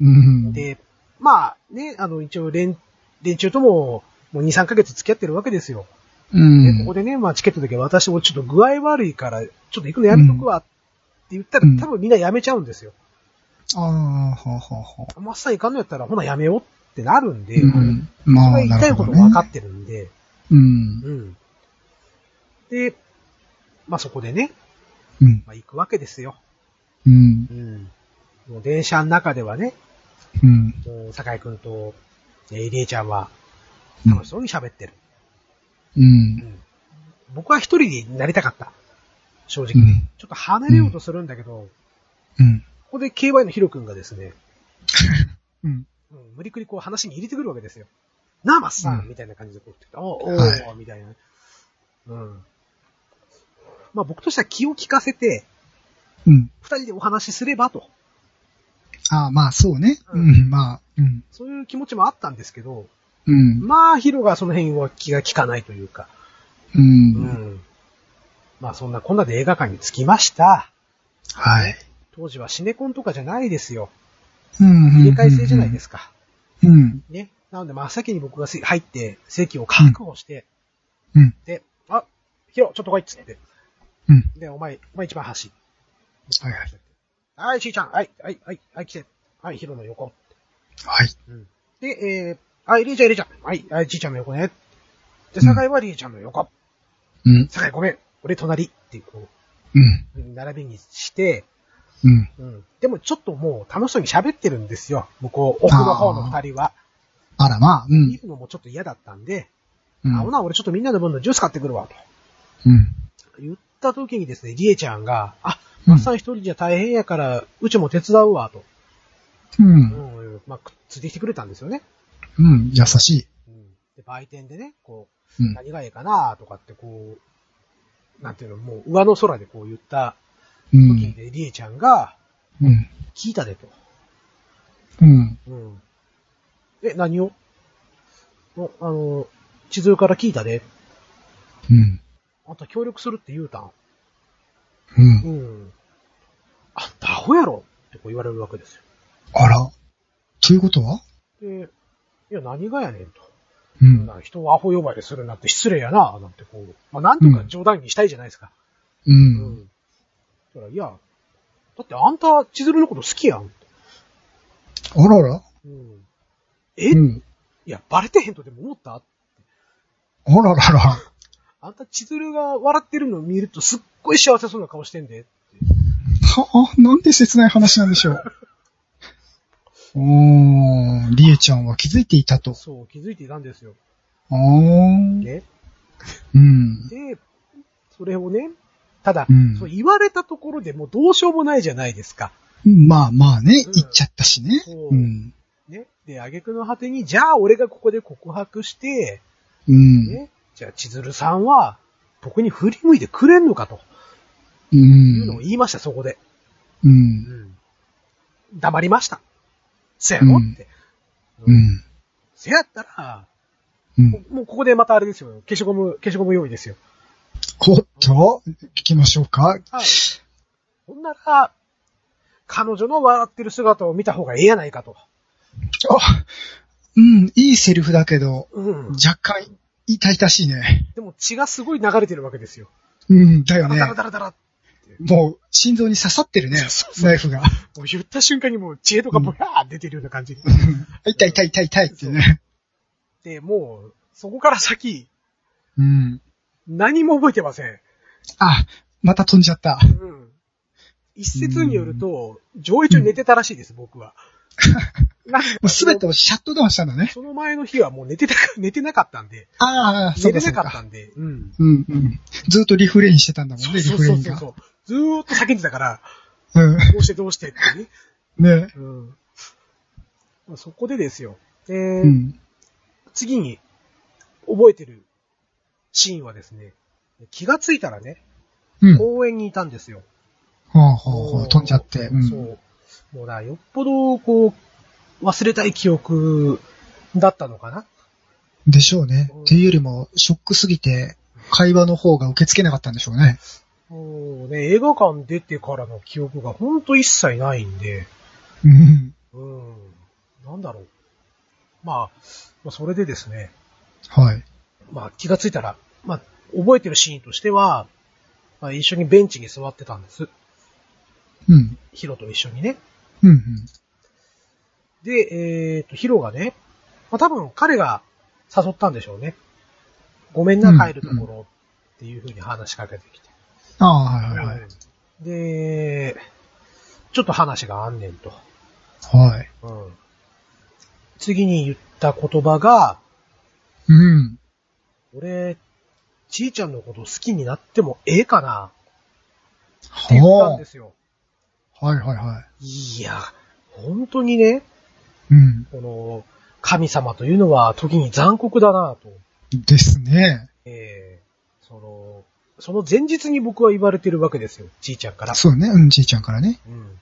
S2: うん。
S1: で、まあね、あの一応連、連中とも、もう2、3ヶ月付き合ってるわけですよ。
S2: う
S1: で
S2: ん
S1: ここ。でね、まあチケットだけ私もちょっと具合悪いから、ちょっと行くのやめとくわって言ったら、
S2: うん
S1: 多分みんなやめちゃうんですよ。
S2: ああ、ほうほうほう。
S1: マッサン行かんのやったら、ほなやめようってなるんで、
S2: うん。ま
S1: そ
S2: あ、
S1: れが
S2: な
S1: 痛い
S2: る
S1: ほ
S2: ほ
S1: ど
S2: ど
S1: 分
S2: ね
S1: か。ってるんで、
S2: うん。
S1: うん。で、まあそこでね、
S2: うん。
S1: まあ行くわけですよ。
S2: うん。
S1: うん。もう電車の中ではね、
S2: うん。
S1: もう、酒井くんと、えー、入江ちゃんは、
S2: うん
S1: 楽しそうに喋ってる。
S2: うん。
S1: 僕は一人になりたかった。正直。
S2: うん
S1: ちょっと離れようとするんだけど、
S2: <laughs> うん。
S1: ここで KY のヒロくんがですね、
S2: うん。
S1: うん無理くりこう話に入れてくるわけですよ。なあ、マッサン、
S2: うん
S1: みたいな感じでこう言って、おうおう、
S2: は
S1: みたいな。うん。まあ僕としては気を利かせて、
S2: うん。
S1: 二人でお話しすればと。
S2: ああ、まあ、そうね。
S1: う
S2: うんん。まあ、うん。
S1: そういう気持ちもあったんですけど、
S2: うん。
S1: まあヒロがその辺は気が利かないというか、
S2: う。
S1: うんん。まあそんなこんなで映画館に着きました。
S2: はい。
S1: 当時はシネコンとかじゃないですよ。
S2: うん。
S1: 入れ替え制じゃないですすか。
S2: か。うん。
S1: ね。なので真っ先に僕がせ入って席を確保して、
S2: うん。
S1: で、あ、ヒロ、ちょっと来いっつって。
S2: うん。
S1: で、お前、お前一番端。
S2: はいはい。
S1: はい、しーちゃん、はい、はい、はい、はい、来て。はい、ヒロの横。
S2: はい。
S1: で、えー、はい、リーちゃん、リーちゃん。はい、はい、じいちゃんの横ね。で、酒井はリーちゃんの横。
S2: うん、
S1: 酒井ごめん、俺隣っていう、こ
S2: うん、
S1: う、並びにして、
S2: うん。
S1: うん。でもちょっともう楽しそうに喋ってるんですよ。向こう、奥の方の二人は。
S2: あらまあ、う
S1: 見
S2: ん。
S1: るのもちょっと嫌だったんで、
S2: う
S1: あ、ほ
S2: ん。
S1: な、俺ちょっとみんなの分のジュース買ってくるわ、
S2: うん。
S1: と。言った時にですね、リエちゃんが、あ、マッサン一人じゃ大変やから、うちも手伝うわ、と。
S2: う。
S1: うんん、まあ、くっついてきてくれたんですよね。
S2: うん。優し
S1: うん。で、売店でね、こ
S2: い。う
S1: う、
S2: ん。
S1: 何がええかな、とかってこう、なんていうの、もう上の空でこう言った時
S2: うん。
S1: で、リエちゃんが、
S2: うん。
S1: 聞いたでと。
S2: うん。
S1: うん。え、何をおあの、千鶴から聞いたで。
S2: うん。
S1: あんた協力するって言うたん。
S2: うん。
S1: うん。あんたアホやろってこう言われるわけです
S2: あら。ということは
S1: よ。で、いや何がやねんと。
S2: う
S1: そん
S2: ん。
S1: な人をアホ呼ばれするなんて失礼やな、なんてこう。まあ、なんとか冗談にしたいじゃないですか。
S2: う。。
S1: うんだから、いや、だってあんた千鶴のこと好きやん。
S2: あらら。
S1: うん。え、
S2: う
S1: い
S2: ん。
S1: や、バレてへんとでも思った
S2: あららら。
S1: あんた千鶴が笑ってるのを見るとすっごい幸せそうな顔してんで。
S2: はあ、なんて切ない話なんでしょう。おー、りえちゃんは気づいていたと。
S1: そう、気づいていたんですよ。
S2: あー。
S1: ね。
S2: うん。
S1: で、それをね、ただ、
S2: うん
S1: そう言われたところでもうどうしようもないじゃないですか。
S2: まあまあね、
S1: うん
S2: 言っちゃったしね。
S1: そう
S2: うん。
S1: ね。で、挙句の果てに、じゃあ俺がここで告白して、
S2: うん。
S1: ね。じゃあ千鶴さんは、僕に振り向いてくれんのかと
S2: う
S1: いうのを
S2: ん。
S1: 言いました、そこで。
S2: う。
S1: うんん。黙りました。せやろって。
S2: う。ん。
S1: せやったら、
S2: うん
S1: も。うもうここでまたあれですよ。消しゴム、消しゴム用意ですよ。
S2: おっと、聞きましょうか。
S1: はい。ほんなら、彼女の笑ってる姿を見た方がええやないかと。
S2: あ、うん、いいセリフだけど、
S1: うん。
S2: 若干、痛々しいね。
S1: でも血がすごい流れてるわけですよ。
S2: うん、だよね
S1: ダ。ラダラダラ。
S2: もう、心臓に刺さってるね、ナイフが。
S1: もう言った瞬間にもう血とかぼやー出てるような感じ。
S2: 痛い痛い痛い痛いってね。
S1: で、もう、そこから先、
S2: うん。
S1: 何も覚えてません。
S2: あ、また飛んじゃった。
S1: うん。一説によると、上位中に寝てたらしいです、僕は。なんか
S2: もうすべてをシャットダウンしたんだね。
S1: その前の日はもう寝てた、寝てなかったんで、
S2: ああ、そ
S1: 寝
S2: う
S1: れ
S2: かそ
S1: な
S2: う
S1: かった
S2: か。
S1: んで、うん。
S2: うんうん。ずっとリフレインしてたんだもん
S1: そ
S2: ね、
S1: う
S2: リ
S1: そう
S2: フレ
S1: そ
S2: イ
S1: う
S2: ン
S1: そう
S2: が。
S1: そう。ずーっと叫んでたから、
S2: うん。
S1: どうしてどうしてってね。
S2: ね
S1: うん。まあそこでですよ。で、
S2: うん。
S1: 次に覚えてるシーンはですね、気がついたらね、
S2: うん。は
S1: 公園にいたんですよ。
S2: あはあはあ、飛んじゃって。うん。
S1: そう。もうな、よっぽど、こう、忘れたい記憶だったのかな。
S2: でしょうね
S1: うん。
S2: っていうよりも、ショックすぎて、会話の方が受け付けなかったんでしょうね。
S1: もうね、映画館出てからの記憶がほんと一切ないんで、
S2: うん。
S1: うん、なんだろう。まあ、まあ、それでですね、
S2: はい。
S1: まあ気がついたら、まあ覚えてるシーンとしては、まあ一緒にベンチに座ってたんです。
S2: うん。
S1: ヒロと一緒にね。
S2: うんうん。
S1: で、えっ、と、ヒロがね、まあ多分彼が誘ったんでしょうね。ごめんな、
S2: うん
S1: 帰るところっていう風に話しかけてきて。
S2: ああ、はいはいはい。
S1: で、ちょっと話があんねんと。
S2: はい。
S1: うん次に言った言葉が、
S2: うん。
S1: 俺、ちいちゃんのこと好きになってもええかなって言ったん
S2: は
S1: ですよ。
S2: あ。はいはいはい
S1: や、本当にね、
S2: い。うん。
S1: この、神様というのは時に残酷だなと。
S2: ですね。
S1: えーその、その前日に僕は言われてるわけですよ、じいちゃんから。
S2: そうね。うん、じいちゃんからね。
S1: うん。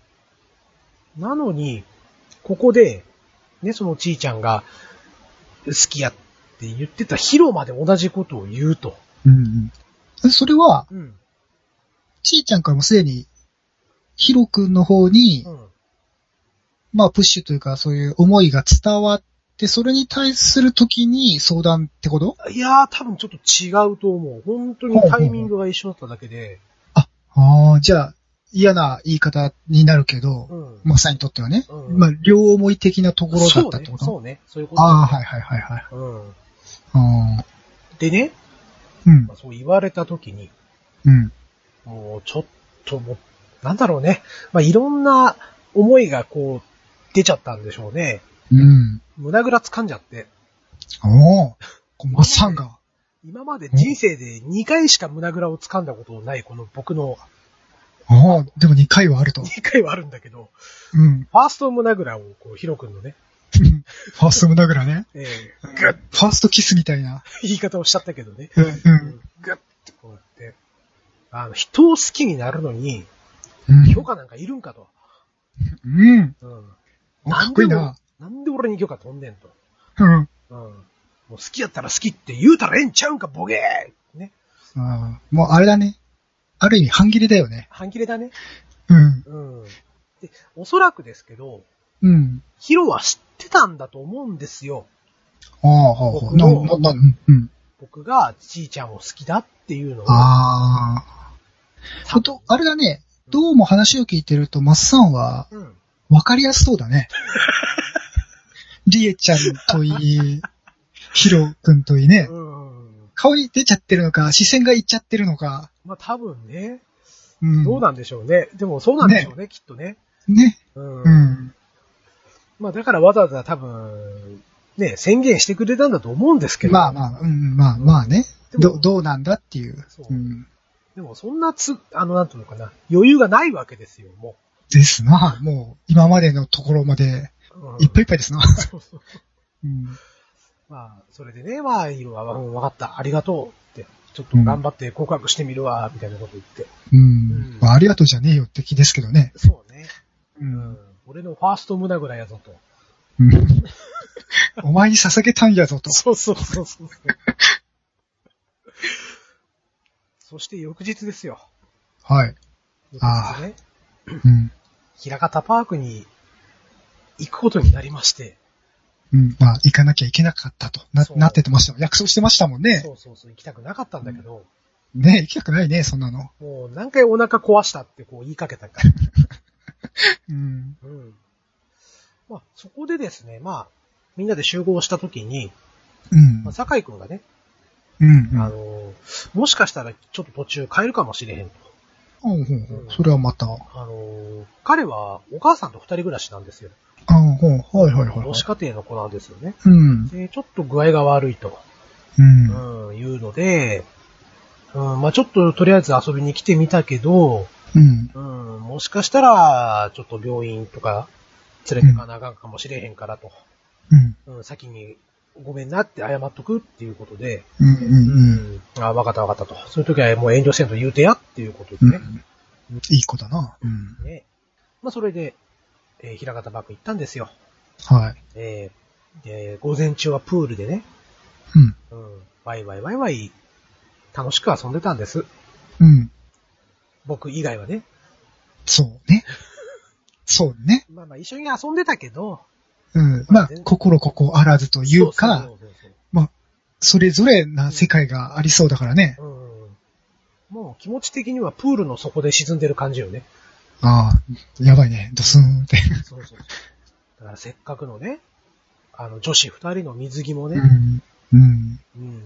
S1: なのに、ここで、ね、そのちいちゃんが、好きやって言ってたヒロまで同じことを言うと。
S2: うんうん。それは、
S1: うん。
S2: ちいちゃんからもすでに、ヒロ君の方に
S1: う、ん。
S2: まあ、プッシュというか、そういう思いが伝わって、それに対するときに相談ってこと
S1: いやー、多分ちょっと違うと思う。本当にタイミングが一緒だっただけで。
S2: ああ、じゃあ、嫌な言い方になるけど、
S1: うん。
S2: マッサンにとってはね、
S1: うん
S2: まあ、両思い的なところだったってこと
S1: そうね、そうね、そういうこと。
S2: ああ、はいはいはいはい。
S1: うん。
S2: あ
S1: でね、
S2: ーうん
S1: まあ、そう言われた時に、
S2: うん。
S1: もうちょっともう、なんだろうね。まあ、いろんな思いがこう、出ちゃったんでしょうね。
S2: うん。
S1: 胸ぐら掴んじゃって。
S2: おお、こうマッサンが。
S1: 今まで人生で2回しか胸ぐらを掴んだことのないこの僕の
S2: ああ、でも2回はあると。
S1: 2回はあるんだけど、
S2: うん。 <laughs>
S1: ファースト胸ぐらをこう、ヒロ君のね、
S2: ファースト胸ぐらね。
S1: え
S2: グッファーストキスみたいな。
S1: ー <laughs> 言い方をしちゃったけどね。
S2: うん。うん
S1: ガッてこうやって、あの、人を好きになるのに、
S2: うん。
S1: 許可なんかいるんかと。
S2: うん。
S1: うん。
S2: おかっこいいな。
S1: なんで俺に許可飛んでんと。
S2: うん。
S1: うん。もう好きやったら好きって言うたらええんちゃうんか、ボケーね。
S2: ああ、もうあれだね。ある意味半切れだよね。
S1: 半切れだね。
S2: うん。
S1: うん。で、おそらくですけど、
S2: うん。
S1: ヒロは知ってたんだと思うんですよ。
S2: ああ、ほうほう。な、
S1: 僕も
S2: な、な、うんうん。
S1: 僕がちーちゃんを好きだっていうのを。
S2: ああ。あと、あれだね。どうも話を聞いてると、マッサンは、
S1: うん。
S2: わかりやすそうだ <laughs> ね。リエちゃんといい、ヒロ君といいね。
S1: うん。
S2: 顔に出ちゃってるのか、視線がいっちゃってるのか。
S1: まあ多分ね、
S2: うん。
S1: どうなんでしょうね。でもそうなんでしょうね、きっとね。
S2: ね。
S1: うん
S2: うん。
S1: まあだからわざわざ多分、ね、宣言してくれたんだと思うんですけど。
S2: まあまあ、うん、まあまあね。
S1: でも
S2: ど、どうなんだっていう。
S1: そう
S2: うん。
S1: でもそんなつ、あの、なんていうのかな、余裕がないわけですよ、も
S2: ですな。もう、今までのところまで、
S1: う。うん
S2: いっぱいいっぱいですな。
S1: そうそう
S2: うん。
S1: まあ、それでね、まあ、いいわ、うんわかった、ありがとうって、ちょっと頑張って告白してみるわ、みたいなこと言って。
S2: うん。まあ、ありがとうじゃねえよって気ですけどね。
S1: そうね。
S2: う
S1: う。ん。俺のファースト胸ぐらいやぞと。
S2: <laughs> お前に捧げたんやぞと。
S1: そうそうそうそう。 <laughs> そして翌日ですよ。
S2: はい。
S1: 翌
S2: あ
S1: 日ね、
S2: うん。
S1: 平方パークに行くことになりまして。
S2: うん。まあ、行かなきゃいけなかったと。な
S1: そ、う
S2: なっててましたもん。約束してましたもんね
S1: そ。うそうそう、行きたくなかったんだけど、
S2: ね行きたくないね、そんなの。
S1: もう何回お腹壊したってこう言いかけたから。
S2: うん。
S1: うん。まあ、そこでですね、まあ、みんなで集合した時に、
S2: うん
S1: まあ、。酒井くんがね、
S2: うん。うん
S1: あのー、もしかしたらちょっと途中変えるかもしれへんと。
S2: ほうほうほう。それはまた。
S1: あのー、彼はお母さんと二人暮らしなんですよ。
S2: あほう。はいはいはい、は
S1: 母
S2: い
S1: 子。家庭の子なんですよね。
S2: うん。
S1: で、ちょっと具合が悪いと、
S2: うん。
S1: うん、いうので、うん、まあちょっととりあえず遊びに来てみたけど、
S2: うん。
S1: うん、もしかしたら、ちょっと病院とか連れてかなあかんかもしれへんからと、
S2: うん。
S1: うん、先にごめんなって謝っとくっていうことで、
S2: うん。うん。
S1: あわかったわかったと。そういう時はもう遠慮せんと言うてやっていうこと
S2: う
S1: でね。
S2: ん。いい子だな。うん。
S1: ねまあそれで、えー平方バック行ったんですよ。
S2: はい。
S1: えーで午前中はプールでね、
S2: うん。
S1: うん、ワイワイワイワイ楽しく遊んでたんです。
S2: うん。
S1: 僕以外はね。
S2: そうね。そうね。
S1: まあまあ一緒に遊んでたけど。
S2: うん。まあ、心ここあらずというか、
S1: そうそうそう
S2: それぞれな世界がありそうだからね。
S1: そううんもう気持ち的にはプールの底で沈んでる感じよね。
S2: ああ、やばいね。ドスーンって。
S1: そうそうそう。だからせっかくのね、あの女子二人の水着もね、
S2: うん。うん。
S1: うん。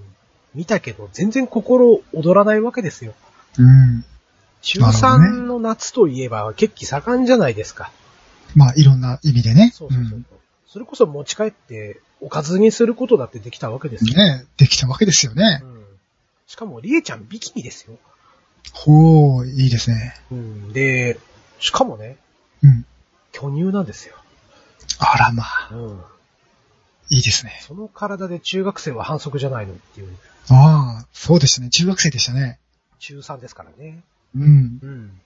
S1: 見たけど、全然心躍らないわけですよ。
S2: うん。
S1: 中
S2: なるほどね
S1: 3の夏といえば、血気盛んじゃないですか。
S2: まあ、いろんな意味でね。
S1: そうそうそう。それこそ持ち帰って、おかずにすることだってできたわけです
S2: ん
S1: よ。
S2: ねできたわけですよね
S1: う。ん。しかも、りえちゃんビキニですよ。
S2: ほう、いいですね。
S1: うん。で、しかもね、
S2: うん。
S1: 巨乳なんですよ。
S2: あらまあ、
S1: うん。
S2: いいですね。
S1: その体で中学生は反則じゃないのっていう。
S2: ああ、そうでしたね。中学生でしたね。
S1: 中3ですからね。
S2: うん。
S1: うん。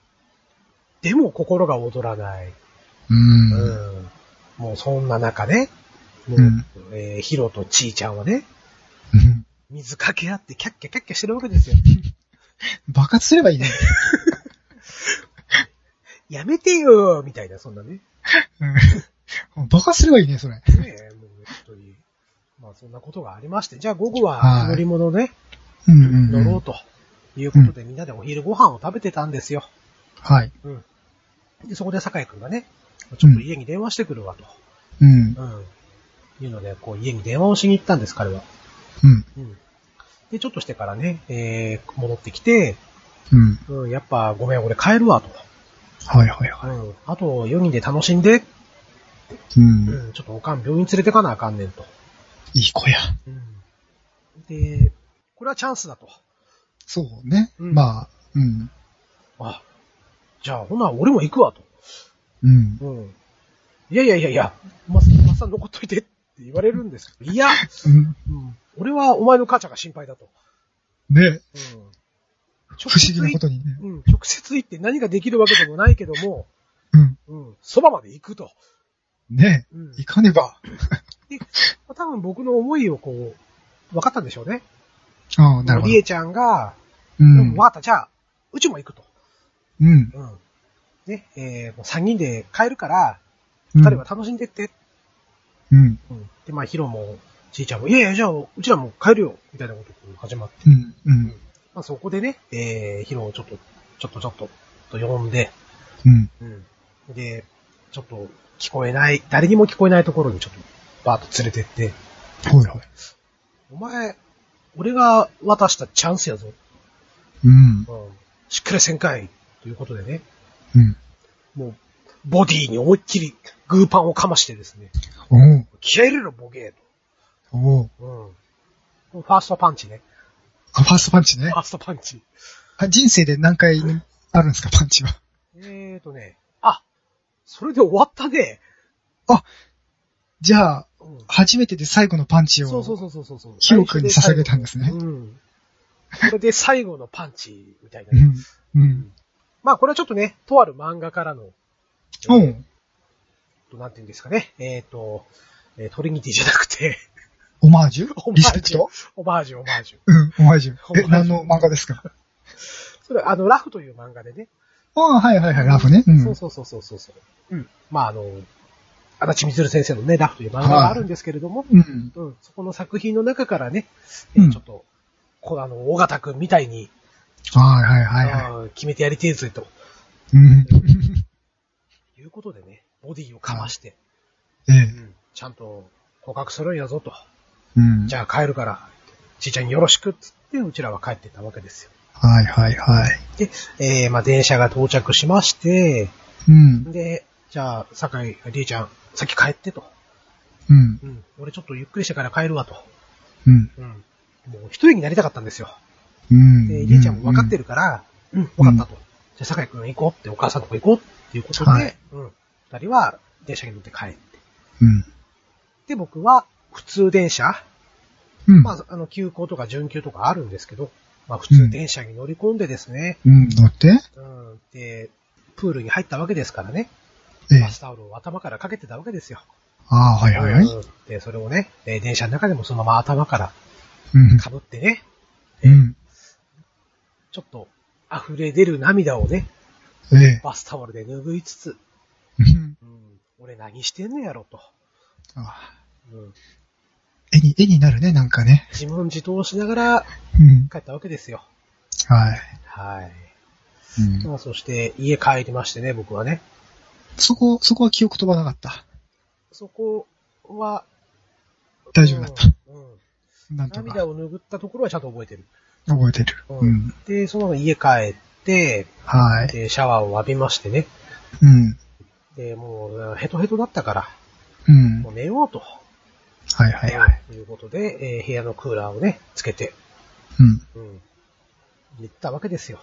S1: でも心が躍らない。
S2: うん。
S1: うんもうそんな中ね、もう、
S2: うん
S1: えーヒロとちーちゃんはね、
S2: うん
S1: 水かけ合ってキャッキャキャッキャしてるわけですよ。
S2: 爆発すればい
S1: <laughs>
S2: いね。
S1: やめてよみたいな、そんなね。
S2: うん爆発すればいいね、それ。
S1: ねえもう本当に。まあそんなことがありまして、じゃあ午後は
S2: はい
S1: 乗り物ね、
S2: うんうん、
S1: 乗
S2: う。
S1: ろうんということで、みんなでお昼ご飯を食べてたんですよ。
S2: はい。
S1: うん。で、そこで酒井くんがね、ちょっと家に電話してくるわと。
S2: うん。
S1: うん。いうので、こう家に電話をしに行ったんです、彼は。
S2: うん。
S1: うん。で、ちょっとしてからね、えー、戻ってきて、
S2: うん。
S1: うん、やっぱごめん、俺帰るわと。
S2: はいはいは
S1: うん。あと4人で楽しんで、
S2: い。うん。
S1: うん、ちょっとおかん病院連れてかなあかんねんと。
S2: いい子や。
S1: うん。で、これはチャンスだと。
S2: そうね。
S1: うん
S2: まあ、うん。
S1: あ、じゃあ、ほな、俺も行くわと。
S2: うん。
S1: うん。いやいやいやいや、ま、まっさん残っといてって言われるんですけど、いや、
S2: うん。
S1: うん、俺はお前の母ちゃんが心配だと。
S2: ね、
S1: うん。
S2: 不思議なこと
S1: と。
S2: にね。
S1: うん、直接行って何ができるわけでもないけども、
S2: うん。
S1: うん、そばまで行くと。
S2: ね、
S1: うん。
S2: 行かねば。
S1: まあ多分僕の思いをこう、分かったんでしょうね。
S2: ああ、なるほど
S1: り。えちゃんが、
S2: う
S1: うんん、。わかった、じゃあ、うちも行くと。
S2: うん。
S1: うん。ね、えー、もう3人で帰るから、
S2: う
S1: 二
S2: ん
S1: 人は楽しんでって。
S2: うん。
S1: うん。で、まあ、ヒロも、ちいちゃんも、いやいや、じゃあ、うちらも帰るよ、みたいなことが始まって。
S2: うん。うん。
S1: まあ、そこでね、えー、ヒロをちょっと、ちょっとちょっと、と呼んで、
S2: うん。
S1: うん。で、ちょっと、聞こえない、誰にも聞こえないところにちょっと、バーッと連れてって、
S2: はいはい。
S1: お前、俺が渡したチャンスやぞ。
S2: うん。
S1: うん。しっかりせんかい、ということでね、
S2: うん。
S1: もう、ボディに思いっきり、グーパンをかましてですね、
S2: おう。
S1: 気合入れろ、ボケ
S2: おう。
S1: ーと。うん。ファーストパンチね。
S2: あ、ファーストパンチね
S1: ファ。ーストパンチ。
S2: あ人生で何回あるんですか、パンチは。
S1: えーとね、あ、それで終わったね。
S2: じゃあ、
S1: うん、
S2: 初めてで最後のパンチを、
S1: そうそうそうそうそうそう。
S2: ヒロ君に捧げたんですね。
S1: うん。これで最後のパンチみたいうなね。
S2: ん。うん。
S1: まあこれはちょっとね、とある漫画からの、
S2: う
S1: えー
S2: ん。
S1: となんて言うんですかね。えーと、えートリニティじゃなくて、
S2: オマージ
S1: オ
S2: ュ
S1: マージュ
S2: <laughs> リスペクト
S1: オマージュ、オマージュ。
S2: うん、オマージュ
S1: オマージ。ュ
S2: え、何の漫画ですか
S1: それ、あの、ラフという漫画でね。
S2: ああ、はいはいはい、ラフね。うん。
S1: そうそうそうそうそうそう。うん。まああの、足立みずる先生のね、ラフという漫画があるんですけれども、
S2: うん。
S1: うん、そこの作品の中からね、えー
S2: うん
S1: ちょっと、こうあの、大型君みたいに、
S2: はいはいはいは
S1: あー決めてやりてえぜ、と
S2: い。うん。 <laughs>
S1: いうことでね、ボディをかまして、
S2: え
S1: う
S2: え。
S1: ん、ちゃんと告白するんやぞと。
S2: うん
S1: じ。ゃあ帰るから、ちいちゃんによろしくっつって、うちらは帰ってったわけですよ。
S2: はいはいはい。
S1: えー、まあ電車が到着しまして、
S2: うん。
S1: で、じゃあ、酒井、りえちゃん、先帰ってと。
S2: うん。
S1: うん、俺ちょっとゆっくりしてから帰るわと。
S2: うん。
S1: うん。もう一人になりたかったんですよ。
S2: うん。
S1: で、りえちゃんも分かって
S2: る。
S1: るから、うん、分かったと。じゃあ、酒井くん行こうって、お母さんとこ行こうっていうことで、
S2: はい
S1: うん。二人は電車に乗って帰って。
S2: うん。
S1: で、僕は普通電車、
S2: うん。
S1: まあ、あの、急行とか準急とかあるんですけど、まあ、普通電車に乗り込んでですね、
S2: うん、乗って
S1: うん、で、プールに入ったわけですからね、
S2: ええ
S1: バ。スタオルを頭からかけてたわけですよ。
S2: ああ、はいはいはい。
S1: うんで、それをね、えー電車の中でもそのまま頭から
S2: うん。
S1: 被ってね、
S2: うん。
S1: ちょっと溢れ出る涙をね、
S2: ええ。
S1: バスタオルで拭いつつ、
S2: うん
S1: うん、俺何してんのやろと、
S2: ああ
S1: うん、
S2: 絵に、絵になるね、なんかね。
S1: 自問自答しながら
S2: うん。
S1: 帰ったわけですよ。
S2: はい。
S1: はい。
S2: うん
S1: まあ、そして家帰りましてね、僕はね。
S2: そこ、そこは記憶飛ばなかった。
S1: そこは、
S2: 大丈夫だった。
S1: うん。うん
S2: なんと
S1: 涙
S2: か。
S1: を拭ったところはちゃんと覚えてる。
S2: 覚えてる。
S1: うん
S2: うん。
S1: で、そのまま家帰って、
S2: はい。
S1: で、シャワーを浴びましてね。
S2: うん。
S1: で、もう、ヘトヘトだったから、
S2: うん
S1: も。う寝ようと。
S2: はいはいはい。
S1: ということで、えー部屋のクーラーをね、つけて、
S2: うん。
S1: うん。寝てたわけですよ。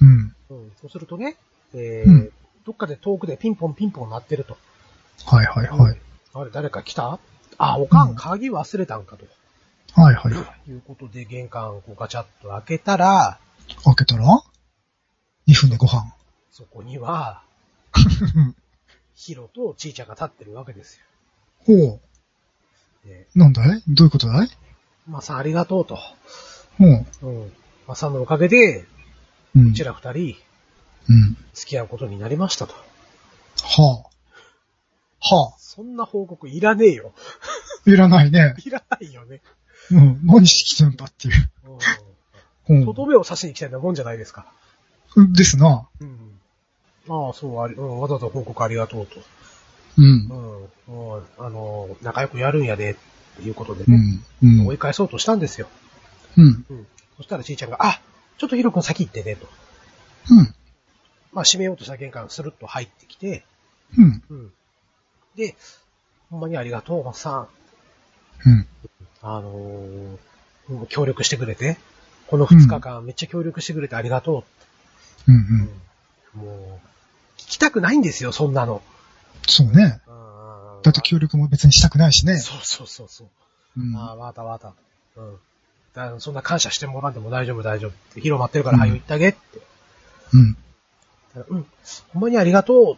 S2: うん。
S1: うん。そうするとね、えー
S2: うん
S1: どっかで遠くでピンポンピンポン鳴ってると。
S2: はいはいはい。
S1: あれ、誰か来たあ、おか、
S2: うんん
S1: 鍵忘れたんかと。
S2: はいはいはい。
S1: いうことで、玄関をこうガチャッと開けたら、
S2: 開けたら ?2 分でご
S1: <laughs>
S2: 飯。
S1: そこには、ヒロとちいちゃんが立ってるわけですよ。
S2: おう。
S1: で、
S2: なんだいどういうことだい
S1: マさんありがとうと。
S2: おう。
S1: うん。マさんのおかげで、
S2: うん
S1: うちら二人、
S2: うん。
S1: 付き合うことになりましたと。
S2: はあ。は
S1: そんな報告いらねえよ。
S2: あ。いらないね。
S1: いらないよね。
S2: うん。何してきたんだっていう。
S1: う。
S2: うん
S1: とどめを刺しに来たようなもんじゃないですか。
S2: ん。ですな。
S1: うん。ああ、そう、あり、うんわざわざ報告ありがとうと。
S2: うん
S1: う。んうん。あの、仲良くやるんやで、っていうことで
S2: う
S1: ね、
S2: ん。うん
S1: 追。い返そうとしたんですよ。
S2: うん。
S1: うん。そしたらちいちゃんが、あ、ちょっとヒロ君先行ってね、と。
S2: うん。
S1: まあ、閉めようとした玄関スルッと入ってきて、
S2: うん。
S1: うん。で、ほんまにありがとう、おっさん。
S2: うん。
S1: あのーうん協力してくれて。この2日間めっちゃ協力してくれてありがと
S2: う
S1: う。
S2: ん。
S1: うんもう、聞きたくないんですよ、そんなの。
S2: そうね。
S1: うん
S2: だって協力も別にしたくないしね。
S1: そうそうそうそう。
S2: うん。
S1: ああ、わかったわかった。うん。だからそんな感謝してもらわんでも大丈夫大丈夫って。広まってるから、
S2: うん
S1: はよ行ってあげって。
S2: うん。
S1: ただうん。ほんまにありがとうっ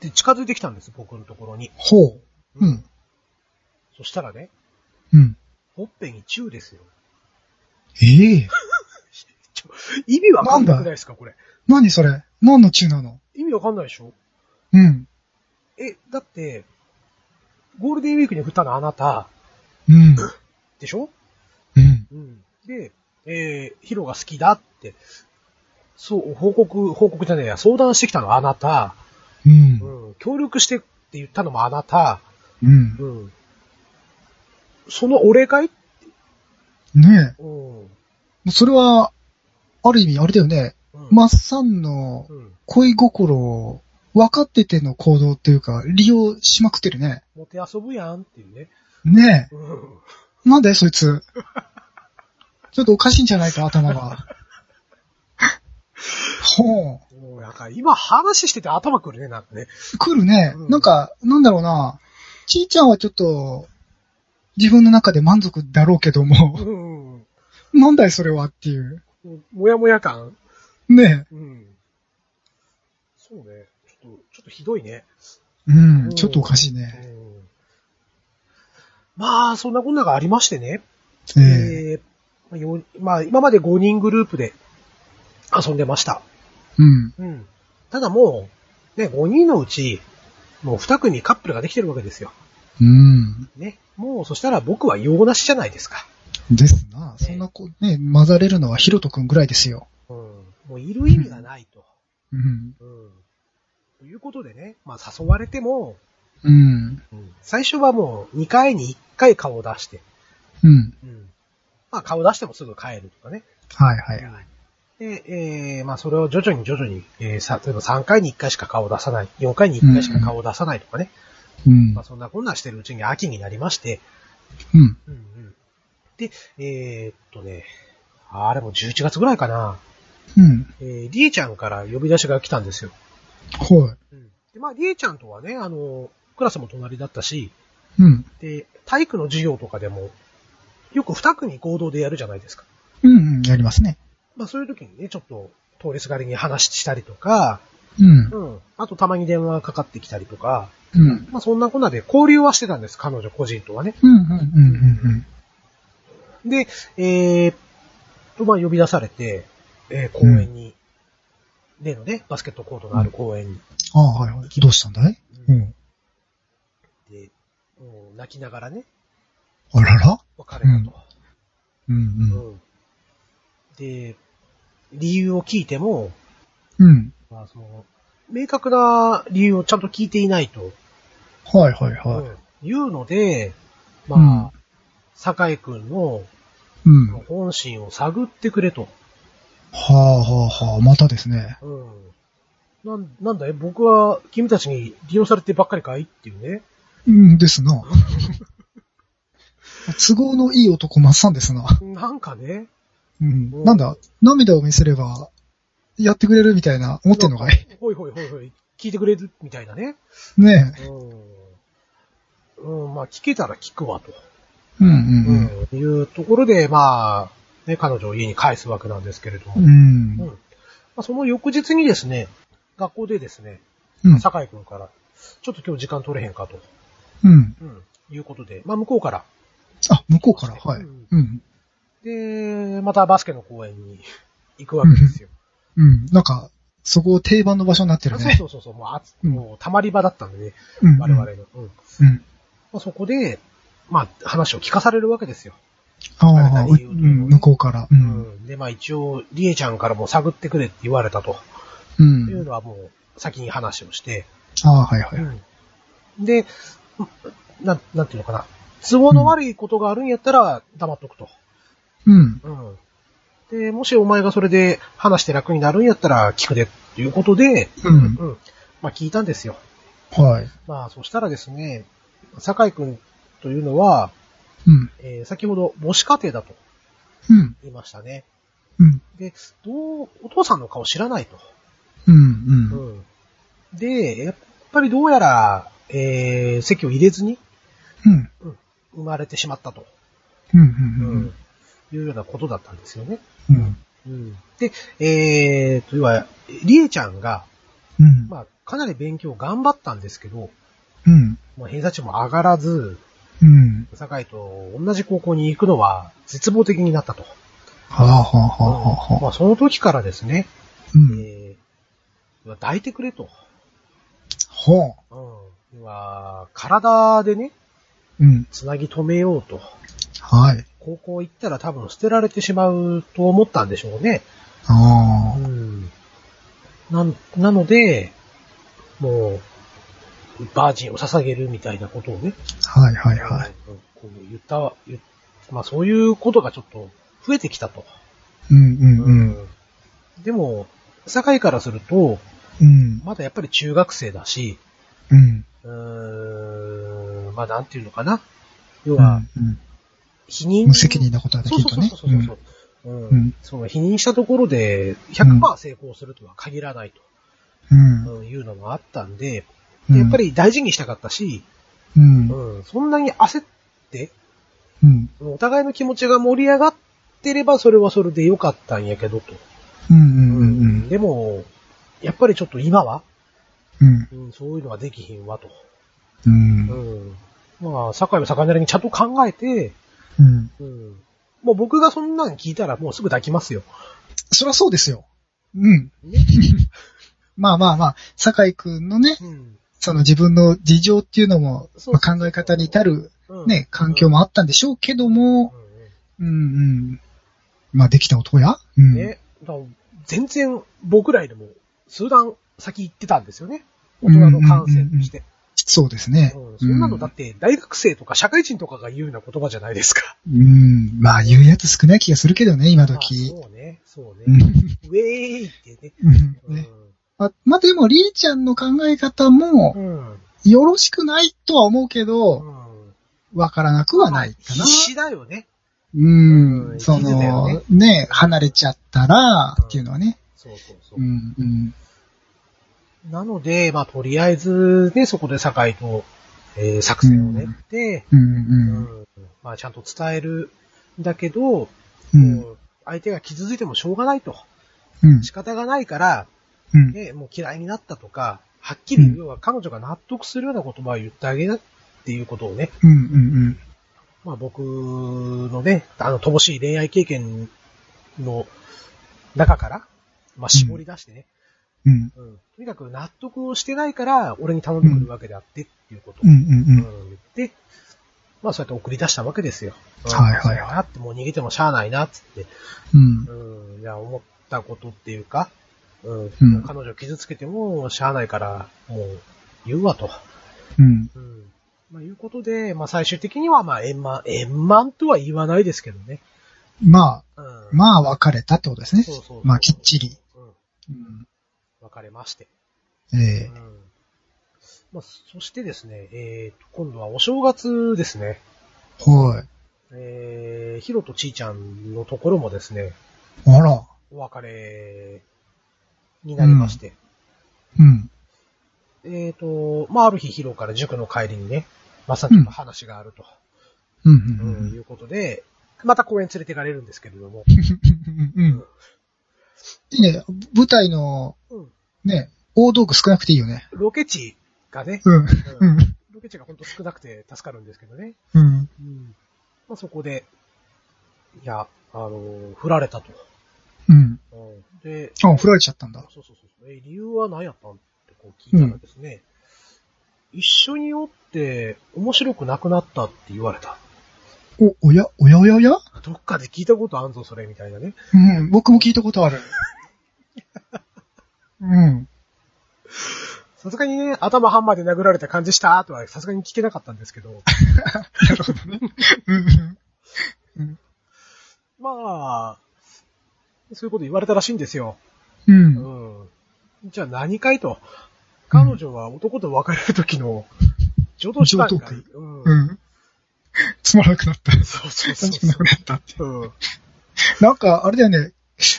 S1: て近づいてきたんです、僕のところに。
S2: ほう。うん。
S1: そしたらね、
S2: うん。
S1: ほっぺにチューですよ。
S2: ええ
S1: <laughs> 意味わかんなくないですか、これ。
S2: 何それ何の中なの
S1: 意味わかんないでしょ
S2: うん。
S1: え、だって、ゴールデンウィークに振ったのあなた、
S2: うん。
S1: でしょ
S2: うん。
S1: うん。で、えー、ヒロが好きだって、そう、報告、報告じゃねえや、相談してきたのあなた、
S2: うん。
S1: うん、協力してって言ったのもあなた、
S2: うん。
S1: うん。そのお礼会
S2: ねえ。
S1: うん。うん。
S2: もうそれは、ある意味、あれだよね。マッサンの
S1: うん。
S2: 恋心を分かってての行動っていうか、利用しまくってるね。
S1: もて遊ぶやんっていうね。
S2: ね
S1: うん。
S2: え。なんだよ、そいつ。ちょっとおかしいんじゃないか、頭が。ほう。
S1: もうなんか今話してて頭くるね、なんかね。
S2: 来るね
S1: うん。
S2: なんか、なんだろうな。ちいちゃんはちょっと、自分の中で満足だろうけども、
S1: うん。
S2: なんだよそれはっていう。
S1: もやもや感
S2: ね
S1: うん。そうね。ちょっと、ちょっとひどいね。
S2: え。うん、ちょっとおかしいね。
S1: うんまあ、そんなこんながありましてね。
S2: ええ。
S1: えーまあよまあ、今まで5人グループで遊んでました。
S2: うん。
S1: うん。ただもう、ね、5人のうち、もう2組カップルができてるわけですよ。
S2: うん。
S1: ね。もう、そしたら僕は用なしじゃないですか。
S2: ですな。そんなこ、ね、混ざれるのはヒロトくんぐらいですよ。
S1: うん。もういる意味がないと。
S2: うん。
S1: うん。ということでね、まあ誘われても、
S2: うん。
S1: 最初はもう2回に1回顔を出して、
S2: うん。
S1: うん。まあ顔出してもすぐ帰るとかね。
S2: はいはいはい。
S1: で、えー、まあそれを徐々に徐々に、えー、さ、例えば3回に1回しか顔を出さない、4回に1回しか顔を出さないとかね。
S2: うん
S1: まあ。そんなこんなんしてるうちに秋になりまして、
S2: うん。
S1: うんうん。で、えー、っとね、あれも11月ぐらいかな、
S2: うん。
S1: えー、りえちゃんから呼び出しが来たんですよ。
S2: ほい。
S1: うん。で、まありえちゃんとはね、あの、クラスも隣だったし、
S2: うん。
S1: で、体育の授業とかでも、よく二組合同でやるじゃないですか。
S2: うん、うん、やりますね。
S1: まあそういう時にね、ちょっと通りすがりに話したりとか、
S2: うん。
S1: うん。あとたまに電話がかかってきたりとか、
S2: うん。
S1: まあそんなこんなで交流はしてたんです、彼女個人とはね。
S2: うん、うん、うん、
S1: で、えー、と、まあ呼び出されて、えー公園に、例のね、バスケットコートのある公園に、
S2: ああ、はいはい。どうしたんだいうん。
S1: で、もう泣きながらね、
S2: あらら
S1: 別れたと。
S2: うん、う
S1: う
S2: ん。
S1: ん。で、理由を聞いても、
S2: うん。
S1: まあ、その、明確な理由をちゃんと聞いていないと、
S2: はいはい
S1: い
S2: は
S1: うので、まあ、酒井くんの
S2: い。うん。は
S1: 本心を探ってくれと。
S2: あはあはあ、またですね。
S1: うん。なんなんだい僕は君たちに利用されてばっかりかいっていうね。
S2: うんです
S1: <laughs>
S2: な。都合のいい男マッサンですな。
S1: なんかね。
S2: うん。なんだ、涙を見せれば、やってくれるみたいな、思ってんのかい
S1: なんほいほいほいほい。聞いてくれるみたいなね。
S2: ねえ。
S1: うん。うん、まあ聞けたら聞くわと。
S2: うん
S1: うん。いうところで、まあ、ね、彼女を家に返すわけなんですけれども。
S2: うんうん。
S1: うん。まあ、その翌日にですね、学校でですね、
S2: うん。
S1: 酒井くんから、ちょっと今日時間取れへんかと、
S2: うん。
S1: うん、いうことで、まあ、向こうから。
S2: あ、向こうから、はい。うん。
S1: で、またバスケの公園に行くわけですよ。
S2: うん。なんか、そこ定番の場所になってる
S1: そう
S2: ね。
S1: そうそうそう、もうあつ、
S2: うん
S1: もう溜まり場だったんでね、
S2: うん。
S1: 我々の。うん。ま
S2: うん。
S1: あ、そこで、まあ、話を聞かされるわけですよ。
S2: ああ、うん、向こうから。う。
S1: うんん。で、まあ、一応、りえちゃんからも探ってくれって言われたと。
S2: う。
S1: というんのはもう先に話をして、
S2: ああ、はいはい。
S1: で、なん、なんていうのかな。都合の悪いことがあるんやったら黙っとくと。
S2: うん。
S1: うん。で、もしお前がそれで話して楽になるんやったら聞くで、ということで、
S2: うん。
S1: うん。まあ聞いたんですよ。
S2: はい。
S1: まあそしたらですね、酒井くんというのは、
S2: うん。
S1: えー先ほど母子家庭だと
S2: うん。
S1: 言いましたね。
S2: うん。
S1: で、どう、お父さんの顔知らないと。
S2: うん。う。
S1: うんん。で、やっぱりどうやら、えー、席を入れずに
S2: うん。
S1: 生まれてしまったと。
S2: うん。
S1: うん。いうようなことだったんですよね。
S2: うん。
S1: うん。で、えー、と、要は、りえちゃんが、
S2: うん。
S1: まあ、かなり勉強頑張ったんですけど、
S2: うん。
S1: まあ、偏差値も上がらず、
S2: うん。
S1: 酒井と同じ高校に行くのは絶望的になったと。
S2: はあはあはあはあはあ。
S1: まあ、その時からですね、
S2: うん。
S1: えー、抱いてくれと。
S2: ほ
S1: うん。要は、体でね、
S2: う。うん。
S1: つなぎ止めようと。
S2: はい。
S1: 高校行ったら多分捨てられてしまうと思ったんでしょうね。
S2: ああ。
S1: うん。なん、なので、もう、バージンを捧げるみたいなことをね、
S2: はいはいはい。
S1: うんこう言ったわ、言っまあそういうことがちょっと増えてきたと。
S2: うんうん
S1: うんでも、堺からすると、
S2: うん。うん。
S1: まだやっぱり中学生だし、
S2: うん。
S1: うーん、まあなんていうのかな。要
S2: う
S1: は、
S2: ん。
S1: 否認。
S2: 無責任なことはで
S1: そう
S2: きる
S1: そう
S2: と
S1: そう
S2: ね。
S1: そうそう。うん
S2: う。ん。
S1: その否認したところで100%成功するとは限らない
S2: うん。
S1: というのもあったんで、
S2: うん。
S1: やっぱ。り大事にしたかったし、
S2: うん。
S1: うん、そんなに焦って、
S2: うん。
S1: お互いの気持ちが盛り上がってればそれはそれで良かったんやけどと。
S2: うんうん
S1: でも、やっぱりちょっと今は、
S2: うん。うん。
S1: うん、そういうのはできひんわと。
S2: うん
S1: う。ん、まあ、酒井は酒井なりにちゃんと考えて、
S2: うん。
S1: うん、もう僕がそんなん聞いたらもうすぐ抱きますよ。
S2: そりゃそうですよ。うん。
S1: ね。
S2: まあまあまあ、酒井くんのね、
S1: うん
S2: その自分の事情っていうのも、
S1: そうそう
S2: まあ考え方に至る
S1: うん
S2: ね、環境もあったんでしょうけど
S1: うん
S2: も、
S1: うん
S2: うんうん。まあできた男やうん。
S1: ね、だから全然僕らよりも数段先行ってたんですよね。大
S2: うん
S1: 人の感性として。
S2: そうですね。
S1: うんそんなのだって大学生とか社会人とかが言うような言葉じゃないですか。
S2: うん。まあ言うやつ少ない気がするけどね、今
S1: まあ
S2: 時。
S1: そうね、そう
S2: う
S1: ね。
S2: ん
S1: ウェーイってね。
S2: うん
S1: うん
S2: ねあまあでも、りえちゃんの考え方も
S1: う、ん。
S2: よろしくないとは思うけ
S1: う
S2: ど、
S1: ん
S2: わからなくはないかな
S1: 必。死だよね。
S2: う。
S1: うんん
S2: そ
S1: 生きてたよ
S2: の、ね、離れちゃったら、っていうのはね。
S1: そうそうそうう。
S2: ん、うん。
S1: なので、まあとりあえずね、そこで堺と、えー作戦を練って、
S2: うん、うん。
S1: うんまあちゃんと伝えるんだけど、
S2: うん、
S1: もう相手が傷ついてもしょうがないと。
S2: うん。
S1: 仕方がないから、
S2: うん、
S1: ね、もう嫌いになったとか、はっきり、
S2: うん
S1: 要は彼女が納得するような言葉を言ってあげなっていうことをね、
S2: うん、うん。
S1: まあ僕のね、あの、乏しい恋愛経験の中から、まあ絞り出してね、
S2: うん、
S1: うん。とにかく納得をしてないから、俺に頼んでくるわけであってっていうことを、
S2: うん、うん、うん。
S1: うん言って、まあそうやって送り出したわけですよ。うん
S2: はいはいはい
S1: そうだなって、もう逃げてもしゃあないな、つって。
S2: うん、
S1: うん、いや、思ったことっていうか、うん、
S2: うん
S1: 彼女を傷つけてもしゃあないから、もう、言うわと。
S2: うん。
S1: うん。まあ、いうことで、まあ、最終的には、まあ、円満、円満とは言わないですけどね。
S2: ま
S1: うん。
S2: あ、まあ、別れたってことですね
S1: そうそうそう。
S2: まあ、きっちり。
S1: うん。
S2: うん
S1: 別れまして。う
S2: ええ
S1: ん。まあ、そしてですね、えーと、今度はお正月ですね。
S2: はい。
S1: えー、ヒロとちーちゃんのところもですね、
S2: あら。
S1: お別れになりまして。
S2: うん、
S1: えっ、と、まあ、ある日、ヒロから塾の帰りにね、まさきと話があると、
S2: うん、う
S1: うん
S2: ん
S1: いうことで、また公園連れてかれるんですけれども、
S2: <laughs> うん、うん。いいね。舞台の、
S1: うん、
S2: ね、大道具少なくていいよね。
S1: ロケ地がね、
S2: うん、
S1: う
S2: うんん、
S1: ロケ地がほんと少なくて助かるんですけどね。
S2: うん。
S1: うんまあ、そこで、いや、あの、振られたと。
S2: うん。
S1: うんで、
S2: あ、振られちゃったんだ。
S1: そうそうそう。え、理由は何やったんってこう聞いたらですね、一緒におって面白くなくなったって言われた。
S2: お、おや、おやおやおや
S1: どっかで聞いたことあんぞ、それ、みたいなね。
S2: うん、僕も聞いたことある。うん。
S1: さすがにね、頭ハンマーで殴られた感じしたとはさすがに聞けなかったんですけ
S2: <laughs>
S1: ど、
S2: なるほどね。うん。
S1: まあ、そういうこと言われたらしいんですよ。
S2: うん。
S1: うん。じゃあ何かいと。彼女は男と別れる時の、上等手段かい。
S2: 上
S1: うん。
S2: うん。つまらなくなった。
S1: そうそうそ
S2: 楽
S1: う
S2: しくなくなったって。
S1: そう。う
S2: <laughs>
S1: ん。
S2: なんか、あれだよね。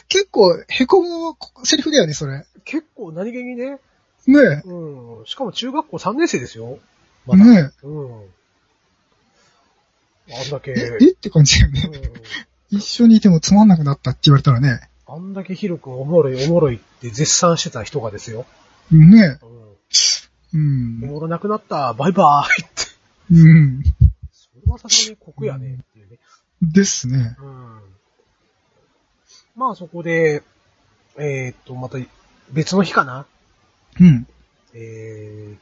S2: 結構、へこむセリフだよね、それ。
S1: 結構何気にね、
S2: ね
S1: うん。しかも中学校3年生ですよ。
S2: え。
S1: まだ。
S2: ね
S1: うん。あんだけ、
S2: え。ええって感じだよ
S1: う
S2: ね。
S1: ん。
S2: 一緒にいてもつまんなくなったって言われたらね。
S1: あんだけ広くおもろいおもろいって絶賛してた人がですよ。
S2: ね
S1: うん。
S2: え。う
S1: お
S2: ん。
S1: もろなくなった、バイバーイって。
S2: うん。
S1: それはさすがに酷やねっていうね。
S2: ですね。
S1: うん。まあそこで、えーっと、また別の日かな。
S2: うん。
S1: え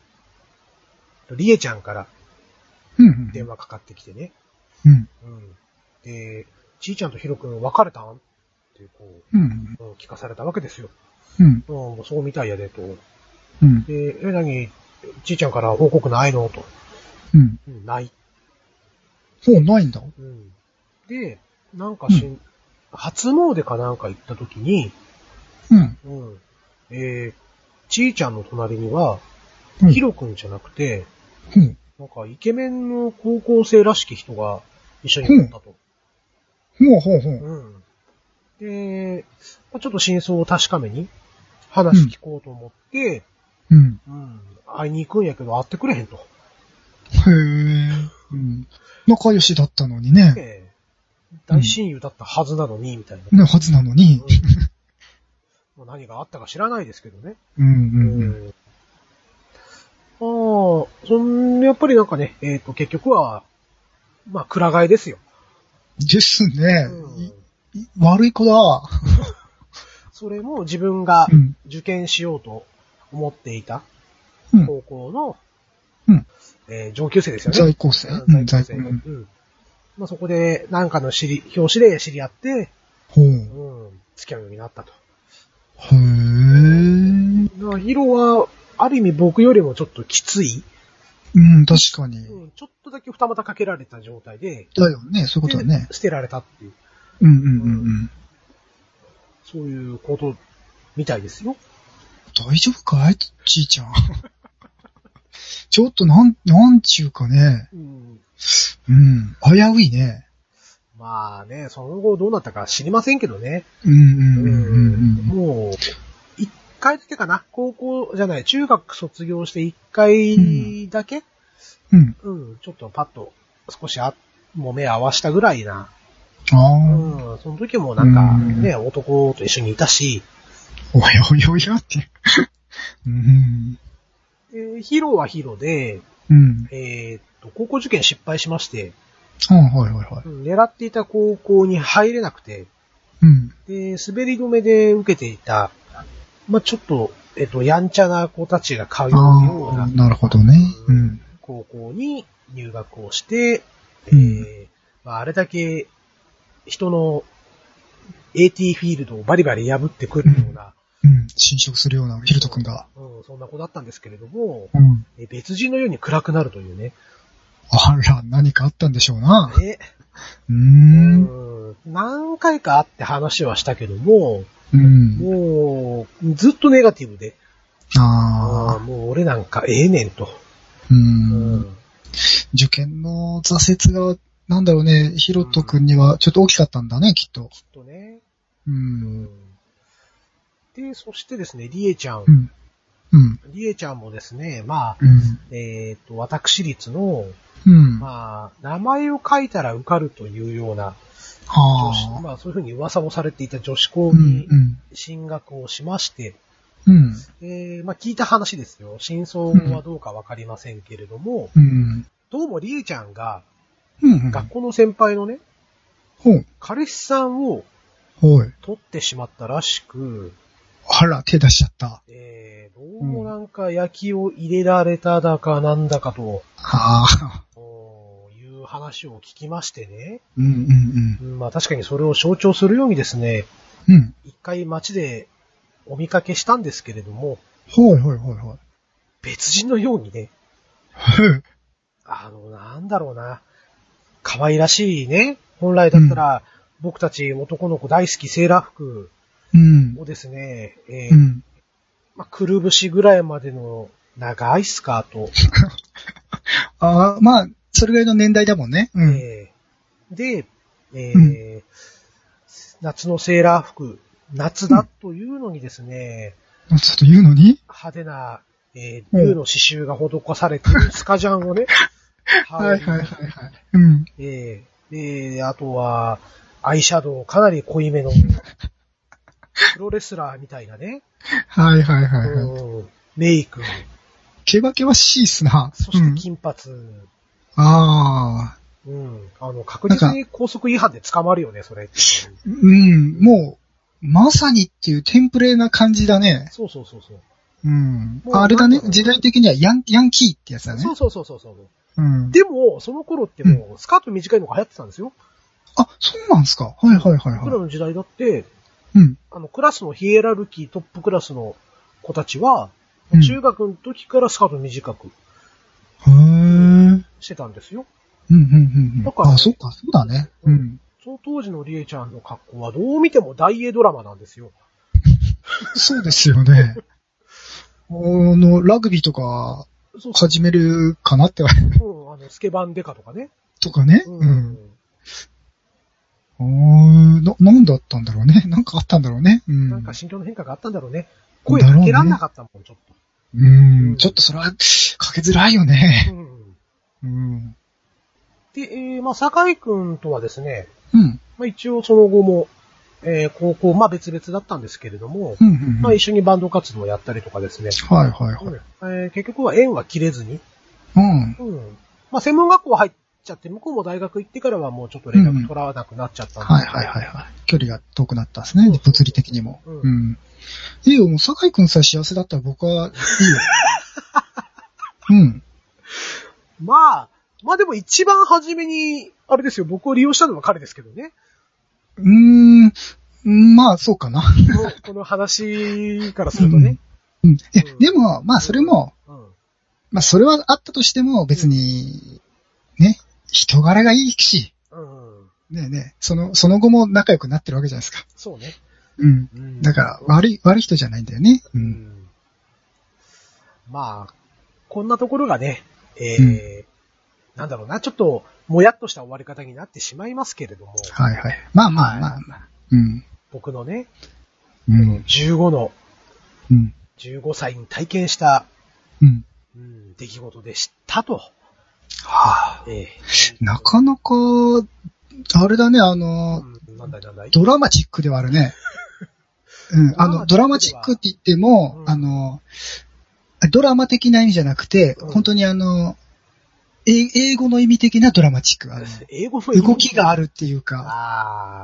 S1: ー、リエちゃんから
S2: うん。
S1: 電話かかってきてね。
S2: うん。
S1: うん。で、ちーちゃんとひろくん別れたんってこ
S2: うん。
S1: う、うん聞かされたわけですよ。
S2: うん。
S1: うん、もうそうみたいやでと。
S2: うん。
S1: で、え、なに、ちーちゃんから報告ないのと。
S2: うん。
S1: うん、ない。
S2: そう、ないんだ。
S1: うん。で、なんかしん、初詣かなんか行った時に、
S2: うん。
S1: うん。えー、ちーちゃんの隣には、
S2: うん
S1: ヒロくんじゃなくて、
S2: うん。
S1: なんかイケメンの高校生らしき人が一緒に乗ったと。
S2: ほうほうほう。
S1: うん。で、まあちょっと真相を確かめに、話聞こうと思って、
S2: うん。
S1: うん、会いに行くんやけど会ってくれへんと。
S2: へえ。うん。仲良しだったのにね。
S1: で大親友だったはずなのに、みたいな。
S2: ね、はずなのに。
S1: うんまあ何があったか知らないですけどね。
S2: うん
S1: う
S2: うんうん。
S1: ん。ああ、そん、やっぱりなんかね、えっ、と、結局は、まあ、くら替えですよ。
S2: ですね
S1: う。ん
S2: いい悪い子だ。
S1: それも自分が
S2: うん。
S1: 受験しようと思っていた
S2: うん。
S1: 高校の、
S2: うん
S1: えー上級生ですよね。
S2: 在校生
S1: うん
S2: うん、在
S1: 在校生
S2: 校生。う
S1: のうんん。まあ、そこで、なんかの知り、表紙で知り合って、
S2: ほう。
S1: うん、付き合うようになったと。
S2: へえ。
S1: だからヒロは、ある意味僕よりもちょっときつい、
S2: うん、確かに。
S1: うん、ちょっとだけ二股かけられた状態で、
S2: だよね、そういうことだね
S1: で。捨てられたっていう。
S2: うんうんうんうん。
S1: そういうことみたいですよ。
S2: 大丈夫かいちいちゃん。 <laughs> ちょっとなん、なんちゅうかね。
S1: うん、
S2: うん。危ういね。
S1: まあね、その後どうなったか知りませんけどね。
S2: うんうんうんうん
S1: もう、一回だけかな。高校じゃない、中学卒業して一回だけ、
S2: うん。うん。
S1: うん、ちょっとパッと少しあ、もう目合わしたぐらいな。う
S2: ああ。
S1: ん、その時もなんか
S2: うん
S1: ね、男と一緒にいたし、
S2: おやおやおやって。うん。
S1: えーヒロはヒロで、
S2: うん。
S1: えーっと、高校受験失敗しまして、
S2: あはいはいはい。
S1: うん狙っていた高校に入れなくて、
S2: うん。
S1: で、滑り止めで受けていた、まあ、ちょっと、えっと、やんちゃな子たちが通うよう
S2: ああ、
S1: な
S2: なるほどね。うん。
S1: 高校に入学をして、
S2: うん
S1: えーまあ、あれだけ人の AT フィールドをバリバリ破ってくるような、
S2: うん。侵食するような、ヒルト君が。
S1: うん、そんな子だったんですけれども、
S2: うん。
S1: え別人のように暗くなるというね。
S2: あら、何かあったんでしょうな。
S1: え
S2: うー。
S1: うんん何回かあって話はしたけども、
S2: うん。
S1: もう、ずっとネガティブで、ああ、
S2: ああ。
S1: もう俺なんかええねんと。
S2: うん。受験の挫折が、なんだろうね、ヒロト君にはちょっと大きかったんだね、きっと。
S1: きっとね。
S2: う。
S1: うんで、そしてですね、リエちゃん
S2: う。ん。うん。
S1: リエちゃんもですね、まあ、
S2: うん。
S1: えっ、と、私立の、
S2: うん。
S1: ま
S2: あ
S1: あ、名前を書いたら受かるというような、女子
S2: あ。
S1: まあ、そういうふうに噂をされていた女子校
S2: うん
S1: に。
S2: うん。
S1: 進学をしまして、
S2: うん。
S1: えーまあ、聞いた話ですよ。真相はどうかわかりませんけれども、
S2: うん。
S1: どうもリエちゃんが、
S2: うん。
S1: 学校の先輩のね、
S2: ほう。
S1: 彼氏さんを
S2: ほい。
S1: 取ってしまったらしく、
S2: あら、手出しちゃった。
S1: えー、どうもなんか焼きを入れられただかなんだかと、
S2: ああ。
S1: おーいう話を聞きましてね。
S2: うんうん
S1: うんまあ確かにそれを象徴するようにですね、
S2: うん。うん。
S1: 一回街でお見かけしたんですけれども、
S2: はいはいは
S1: 別人のようにね、
S2: いはい。
S1: あの、なんだろうな。可愛らしいね。本来だったら、僕たち男の子大好きセーラー服
S2: うん。
S1: をですね、えー
S2: うん。
S1: まあ、くるぶしぐらいまでの長いスカート。
S2: ああ、まあ、それぐらいの年代だもんね。うん。
S1: えーで、えー
S2: う
S1: 夏のセーラー服、夏だというのにですね、
S2: ちょっと言うのに
S1: 派手な、えー、
S2: うん
S1: 竜の刺繍が施されているスカジャンをね、
S2: <laughs> はいはいはいはい。うん。
S1: えー、で、あとは、アイシャドウかなり濃い
S2: <laughs>
S1: めの、プロレスラーみたいなね、
S2: はいはいはいはい。
S1: うんメイク、
S2: ケバケバしいっすな。
S1: そうして
S2: ん、
S1: 金髪、
S2: ああ。
S1: うん、あの、確実に高速違反で捕まるよね、それ。
S2: <laughs> うん。もう、まさにっていうテンプレな感じだね。
S1: そうそうそうそう。
S2: うん
S1: も。う
S2: あれだ
S1: な
S2: ね
S1: ん。か
S2: 時代的にはヤンヤンキーってやつだね
S1: そ。うそうそうそうそう。
S2: うん。
S1: でも、その頃ってもう、スカート短いのが流行ってたんですよ。
S2: あ、そうなんすか。はいはいはい
S1: 僕ら
S2: は
S1: の時代だって、
S2: い。うん。
S1: あの、クラスのヒエラルキートップクラスの子たちは、
S2: うん
S1: 中学の時からスカート短く
S2: へえ。うん
S1: してたんですよ。
S2: うんうん
S1: だか
S2: うん。
S1: ら
S2: あ、そっか、そうだね。うん。
S1: その当時のリエちゃんの格好はどう見ても大英ドラマなんですよ。
S2: そうですよ
S1: <laughs>
S2: ね。あの、ラグビーとか
S1: そうそ
S2: 始めるかなって、
S1: う。うん、あの、スケバンデカとかね。
S2: とかね。
S1: う
S2: うん。
S1: ん。
S2: あーな、なんだったんだろうね。 <laughs> なんかあったんだろうね。うん。
S1: なんか心境の変化があったんだろうね。声かけらんなかったもん、ちょっ
S2: うん。ちょっとそれは、かけづらいよね。
S1: と。うん。
S2: うん。
S1: で、えー、まあ、酒井くんとはですね、
S2: うん。
S1: まあ、一応その後も、えー、高校、まあ、別々だったんですけれども、
S2: うん。うん。
S1: まあ、一緒にバンド活動をやったりとかですね。
S2: はいはいはい。
S1: えー結局は縁は切れずに。
S2: うん。
S1: うん。まあ、専門学校入っちゃって、向こうも大学行ってからはもうちょっと連絡取らなくなっちゃったんで。
S2: はいはいはいはい。距離が遠くなったんです
S1: そうそ
S2: ね
S1: う。
S2: 物理的にも。
S1: うん
S2: うん。いいよ、もう酒井くんさえ幸せだったら
S1: <laughs>
S2: 僕はいいよ。うん。
S1: まあ、まあでも一番初めに、あれですよ、僕を利用したのは彼ですけど
S2: <laughs>
S1: ね。
S2: うーん。まあ、そうかな。
S1: このこの話からするとね。
S2: うん。え
S1: うん、
S2: でも、まあ、それも、
S1: うん。
S2: まあ、それはあったとしても、別に、ね、人柄がいいし、
S1: うん。
S2: ねえねえ、その、その後も仲良くなってるわけじゃないですか。
S1: そうね。
S2: うん。
S1: うん
S2: だから、悪い、悪い人じゃないんだよね。う。
S1: うんん。まあ、こんなところがね、えーなんだろうな、ちょっと、もやっとした終わり方になってしまいますけれども、
S2: はいはい。まあまあまあまあ。うん。
S1: 僕のね、
S2: うん。
S1: 15の、
S2: うん。
S1: 15歳に体験した、
S2: うん。
S1: うん、出来事でしたと。
S2: はあ。
S1: ええ
S2: なかなか、あれだね、あの、
S1: うん、なんだいなんだい
S2: ドラマチックではあるね。うん、あの、ド
S1: ドラ
S2: ラ
S1: マ
S2: マ
S1: チ
S2: チ
S1: ッ
S2: ッ
S1: クでは
S2: クって言って
S1: う
S2: も、
S1: ん
S2: あの、ドラマ的な意味じゃなくて、
S1: うん
S2: 本当にあの、え英語の意味的なドラマチックがある。
S1: 英語風
S2: 動きがあ
S1: る。
S2: るっていうか、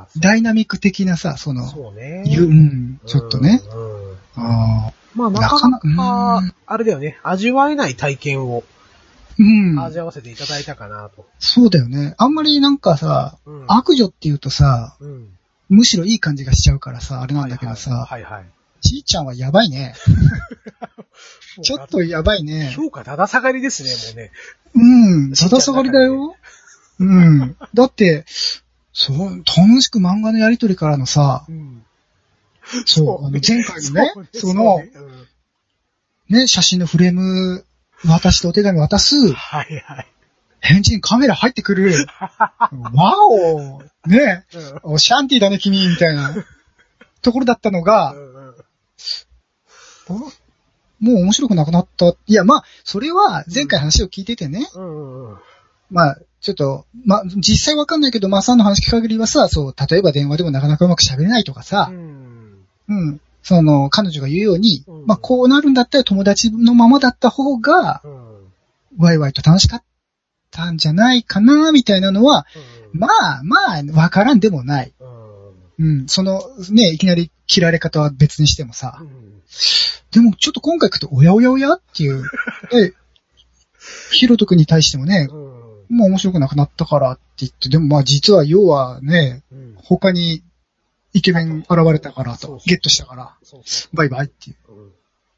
S1: あ
S2: ダイナミック的なさ、その
S1: あ、、そうね。
S2: ゆうん、ちょっとね。
S1: うん。うん
S2: ああ
S1: まあ、なかな
S2: なかなかう
S1: か
S2: ん、
S1: あれだよね、味わえない体験を
S2: うん。
S1: 味合わせていただいたかなと。
S2: そうだよね。あんまりなんかさ、
S1: うん。
S2: 悪女っていうとさ、
S1: うん。
S2: むしろいい感じがしちゃうからさ、あれなんだけどさ、
S1: はいはい。
S2: ちいちゃんはやばいね。ちょっとやばいね。
S1: 評価だだ下がりですね、もうね。
S2: うん、
S1: ちいちゃん
S2: だだ下がりだよ。うん。だって、そう、楽しく漫画のやりとりからのさ、
S1: うん。
S2: そう、あの前回のね、その、
S1: うん
S2: ね、写真のフレーム、渡してお手紙渡す、
S1: はいはい。
S2: 返事にカメラ入って
S1: <laughs>
S2: くる。わおね
S1: うん
S2: おシャンティだね、君、みたいな、ところだったのが、
S1: うんうん
S2: もう面白くなくなった。いや、まあ、それは前回話を聞いててね、
S1: うんうん
S2: まあ、ちょっと、まあ、実際わかんないけど、まあ、さんの話聞く限りはさ、そう、例えば電話でもなかなかうまく喋れないとか
S1: う
S2: さ、
S1: ん。
S2: うん、その、彼女が言うように、
S1: うん
S2: まあ、こうなるんだったら友達のままだった方が、
S1: うん。うん
S2: ワイワイと楽しかったんじゃないかな、みたいなのは、まあ、まあ、わからんでもない。
S1: うん
S2: うん、その、ね、いきなり切られ方は別にしてもさ
S1: う、ん
S2: でもちょっと今回行くと、おやおやおやっていう、え、ヒロト君に対してもね、
S1: うん
S2: もう面白くなくなったからって言って、でもまあ実は要はね、
S1: うん
S2: 他にイケメン現れたからと、ゲットしたから、
S1: そうそ
S2: バイバイっていう。
S1: う。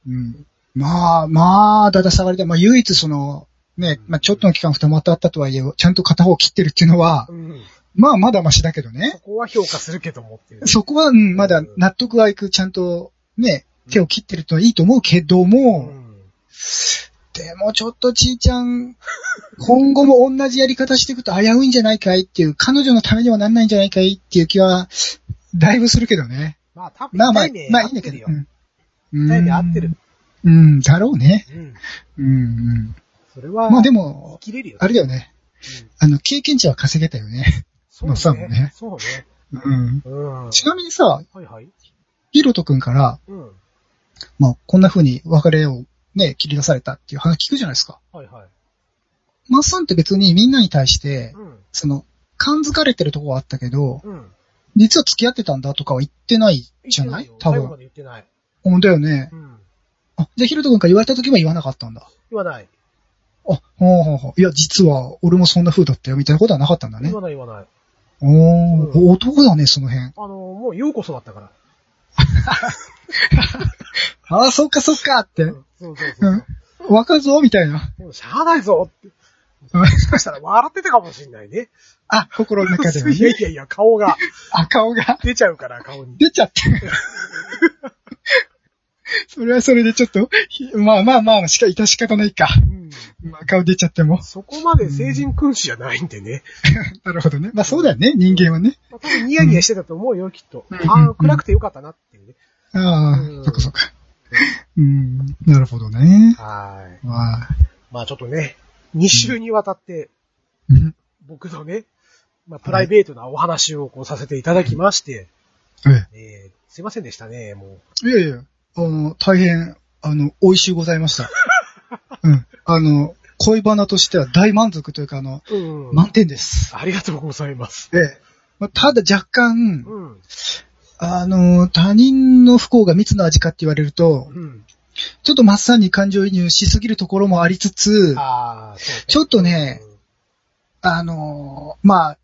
S1: うん
S2: うん。まあ、まあ、だだ下がりで、まあ唯一その、ね、まあちょっとの期間二股あったとはいえ、ちゃんと片方切ってるっていうのは、
S1: うん。
S2: まあまだマシだけど
S1: そ
S2: ね。
S1: こは評価するけどもっていう。
S2: そこは、うん、まだ納得がいく、ちゃんとね、手を切ってるとはいいと思うけど
S1: う
S2: も、
S1: ん。
S2: でもちょっとちいちゃん、今後も同じやり方していくと危ういんじゃないかいっていう、彼女のためにはなんないんじゃないかいっていう気は、だいぶするけどね。
S1: まあ、多分、
S2: まあまあ、
S1: 痛い目
S2: まあ
S1: 合
S2: いいんだ
S1: っ
S2: け
S1: て
S2: ど
S1: る。よ。
S2: うん
S1: 痛い目合ってる。。
S2: うん、だろうね。
S1: うん。
S2: うん、うん。
S1: それは、
S2: まあで
S1: も、
S2: も、
S1: 切れるよ。
S2: あれだよね。
S1: うん
S2: あの、経験値は稼げたよね。
S1: そう
S2: さもね
S1: ね。そうね。
S2: うん。
S1: うん。は
S2: ちなみにさ、
S1: いはい。
S2: ヒロト君から、
S1: うん。
S2: まあ、こんな風に別れをね、切り出されたっていう話聞くじゃないですか。
S1: はいはい。
S2: マッサンって別にみんなに対して、
S1: うん。
S2: その、感づかれてるとこはあったけど、
S1: うん。
S2: 実は付き合ってたんだとかは言ってないじゃない
S1: 言ってよ
S2: 多
S1: 最後ま
S2: 分。
S1: で言ってない。
S2: うんだよね
S1: う。ん。
S2: あ、じゃあヒロト君から言われた時は言わなかったんだ。
S1: 言わない。
S2: あ、ほうほうほう。いや、実は俺もそんな風だったよ、みたいなことはなかったんだね
S1: 言。わない言わない。
S2: おー、
S1: う
S2: 男だね、そ
S1: <laughs>
S2: の辺。
S1: あの、もう、ようこそだったから。
S2: ああ、そっかそっかって。
S1: う。んそうそうそううん
S2: わかるぞ、みたいな。
S1: そう。もう、しゃあないぞって。
S2: うん
S1: もしかしたら笑ってたかもしんないね。
S2: あ、心の中では
S1: いや
S2: ね
S1: い。やいや、顔が
S2: あ、顔が
S1: 出ちゃうから、顔に。
S2: 出ちゃって。それはそれでちょっと、ひまあまあまあ、しか、いた仕方ないか。
S1: うん。
S2: まあ、顔出ちゃっても。
S1: そこまで成人君子じゃないんでね。
S2: なるほどね。まあそうだよね、人間はね。
S1: まあ多分ニヤニヤしてたと思うよ、きっと。
S2: うん
S1: ああ、暗くてよかったなっていうね。
S2: あ
S1: う
S2: あ、
S1: ん
S2: そっかそっか。うん、なるほどね。
S1: はい。
S2: まあ、
S1: まあちょっとね、2週にわたって、
S2: うん
S1: 僕のね、まあプライベートなお話をこうさせていただきまして、
S2: え
S1: えー、すいませんでしたね、もう。
S2: えいやいや、あの、大変、あの、美味しゅうございました。 <laughs> うん。あの、恋バナとしては大満足というか、あの、
S1: うん
S2: 満点です。
S1: ありがとうございます。
S2: ええ。まあ、ただ若干、
S1: うん。
S2: あの、他人の不幸が蜜の味かって言われると、
S1: うん。
S2: ちょっとまっさんに感情移入しすぎるところもありつつ、あ
S1: ああ、そう、ね。
S2: ちょっとねの、まあ、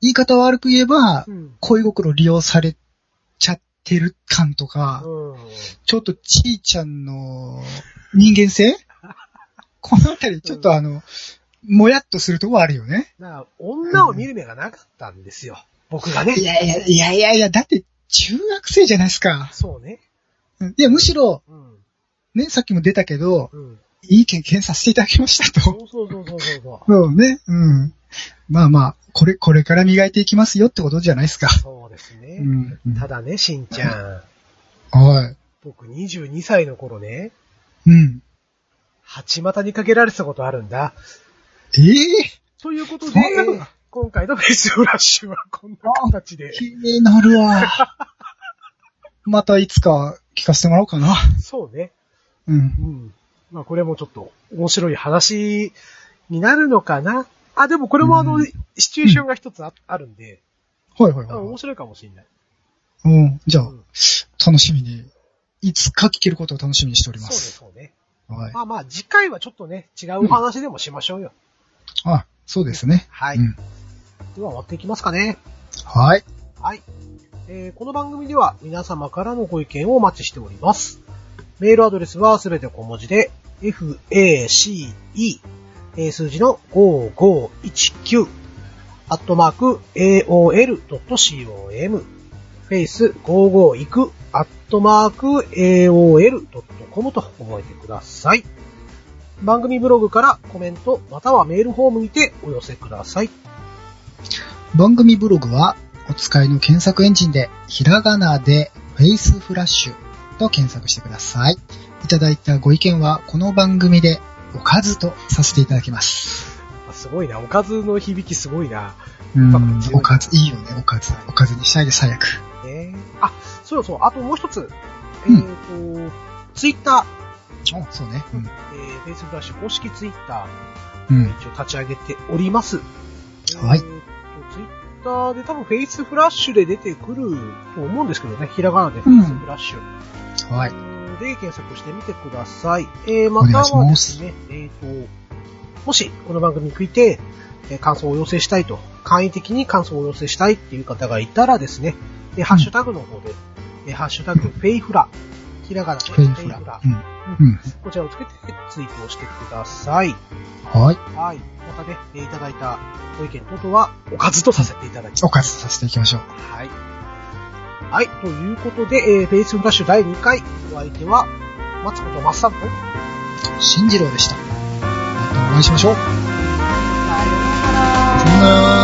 S2: 言い方を悪く言えば
S1: う、ん。
S2: 恋心利用されちゃってる感とか、
S1: うん。うん。
S2: ちょっとちーちゃんの人間性このあたり、ちょっとあの、もやっとするとこあるよね。
S1: なあ女を見る目がなかったんですよ。僕がね。
S2: いやいや、いやいやいや、だって中学生じゃないですか。
S1: そうね。
S2: うんいや、むしろ、
S1: うん。
S2: ね、さっきも出たけど、
S1: うん。
S2: いい意見検査していただきました
S1: そ
S2: と。
S1: うそうそうそうそう。
S2: そうね。うん。まあまあ、これ、これから磨いていきますよってことじゃないですか。
S1: そうです
S2: う
S1: ね。
S2: ん。
S1: ただね、しんちゃん。
S2: はい。
S1: 僕22歳の頃ね、
S2: うん。
S1: 八股にかけられてたことあるんだ。
S2: え
S1: ということ
S2: そ
S1: で
S2: んなこと、
S1: 今回のフェイスフラッシュはこんな形
S2: え
S1: で。
S2: 気になるわ。またいつか聞かせてもらおうかな。
S1: そうね。
S2: うん。
S1: うん。まあこれもちょっと面白い話になるのかな。あ、でもこれもあの
S2: うん、
S1: シチュエーションが一つああるんで、
S2: はいはい
S1: あ
S2: はい
S1: 面。白いかもしれない。
S2: うん。じゃあ
S1: うん、
S2: 楽しみに。いつか聞けることを楽しみにしており
S1: そう
S2: ま
S1: ね、
S2: す。
S1: そうね。
S2: はい。
S1: まあまあ次回はちょっとね、違うお話でもしましょうよ。
S2: あ、そうですね。
S1: はい。
S2: うん
S1: では終わっていきますかね。
S2: はい。
S1: はい。えーこの番組では皆様からのご意見をお待ちしております。メールアドレスはすべて小文字で、face、えー数字の5519、アットマーク、aol.com、face55 いく、アットマーク、aol.com と覚えてください。番組ブログからコメントまたはメールフォームにてお寄せください。
S2: 番組ブログはお使いの検索エンジンでひらがなでフェイスフラッシュと検索してください。いただいたご意見はこの番組でおかずとさせていただきます。
S1: あすごいな。おかずの響きすごいな。
S2: うん、おかず、いいよね、おかず。おかずにしたいです、早く。
S1: ねあ、そうそう。あともう一つ。えっ、と、ツイッタ
S2: あそうね。
S1: ー、えー、フェイスブラッシュ公式ツイッタ
S2: うん。う
S1: ー、
S2: ん。
S1: 一応立ち上げております。
S2: はい
S1: えーとツイッターで多分フェイスフラッシュで出てくると思うんですけどね。ひらがなでフェイスフラッシュ。
S2: はい。
S1: で検索してみてください。えー、
S2: お
S1: また
S2: 願いし
S1: は
S2: ま
S1: ですすね、えーと、もしこの番組について、えー感想を要請したいと、簡易的に感想を要請したいっていう方がいたらですね、え、ハッシュタグの方で、え、ハッシュタグ、フェイフラ、ひらがなで
S2: フェイフラ。う。
S1: うんん
S2: うん。
S1: こちらをつけてツイートをしてください。
S2: はい。
S1: はい。またね、えいただいたご意見等々は、おかずとさせていただきます。
S2: おかずさせていきましょう。
S1: はい。はい。ということで、えー、ベースフラッシュ第2回、お相手は、松本松さんと、さよ
S2: 新次郎でした。またお会いしましょう。さよ
S1: うなら
S2: うなら。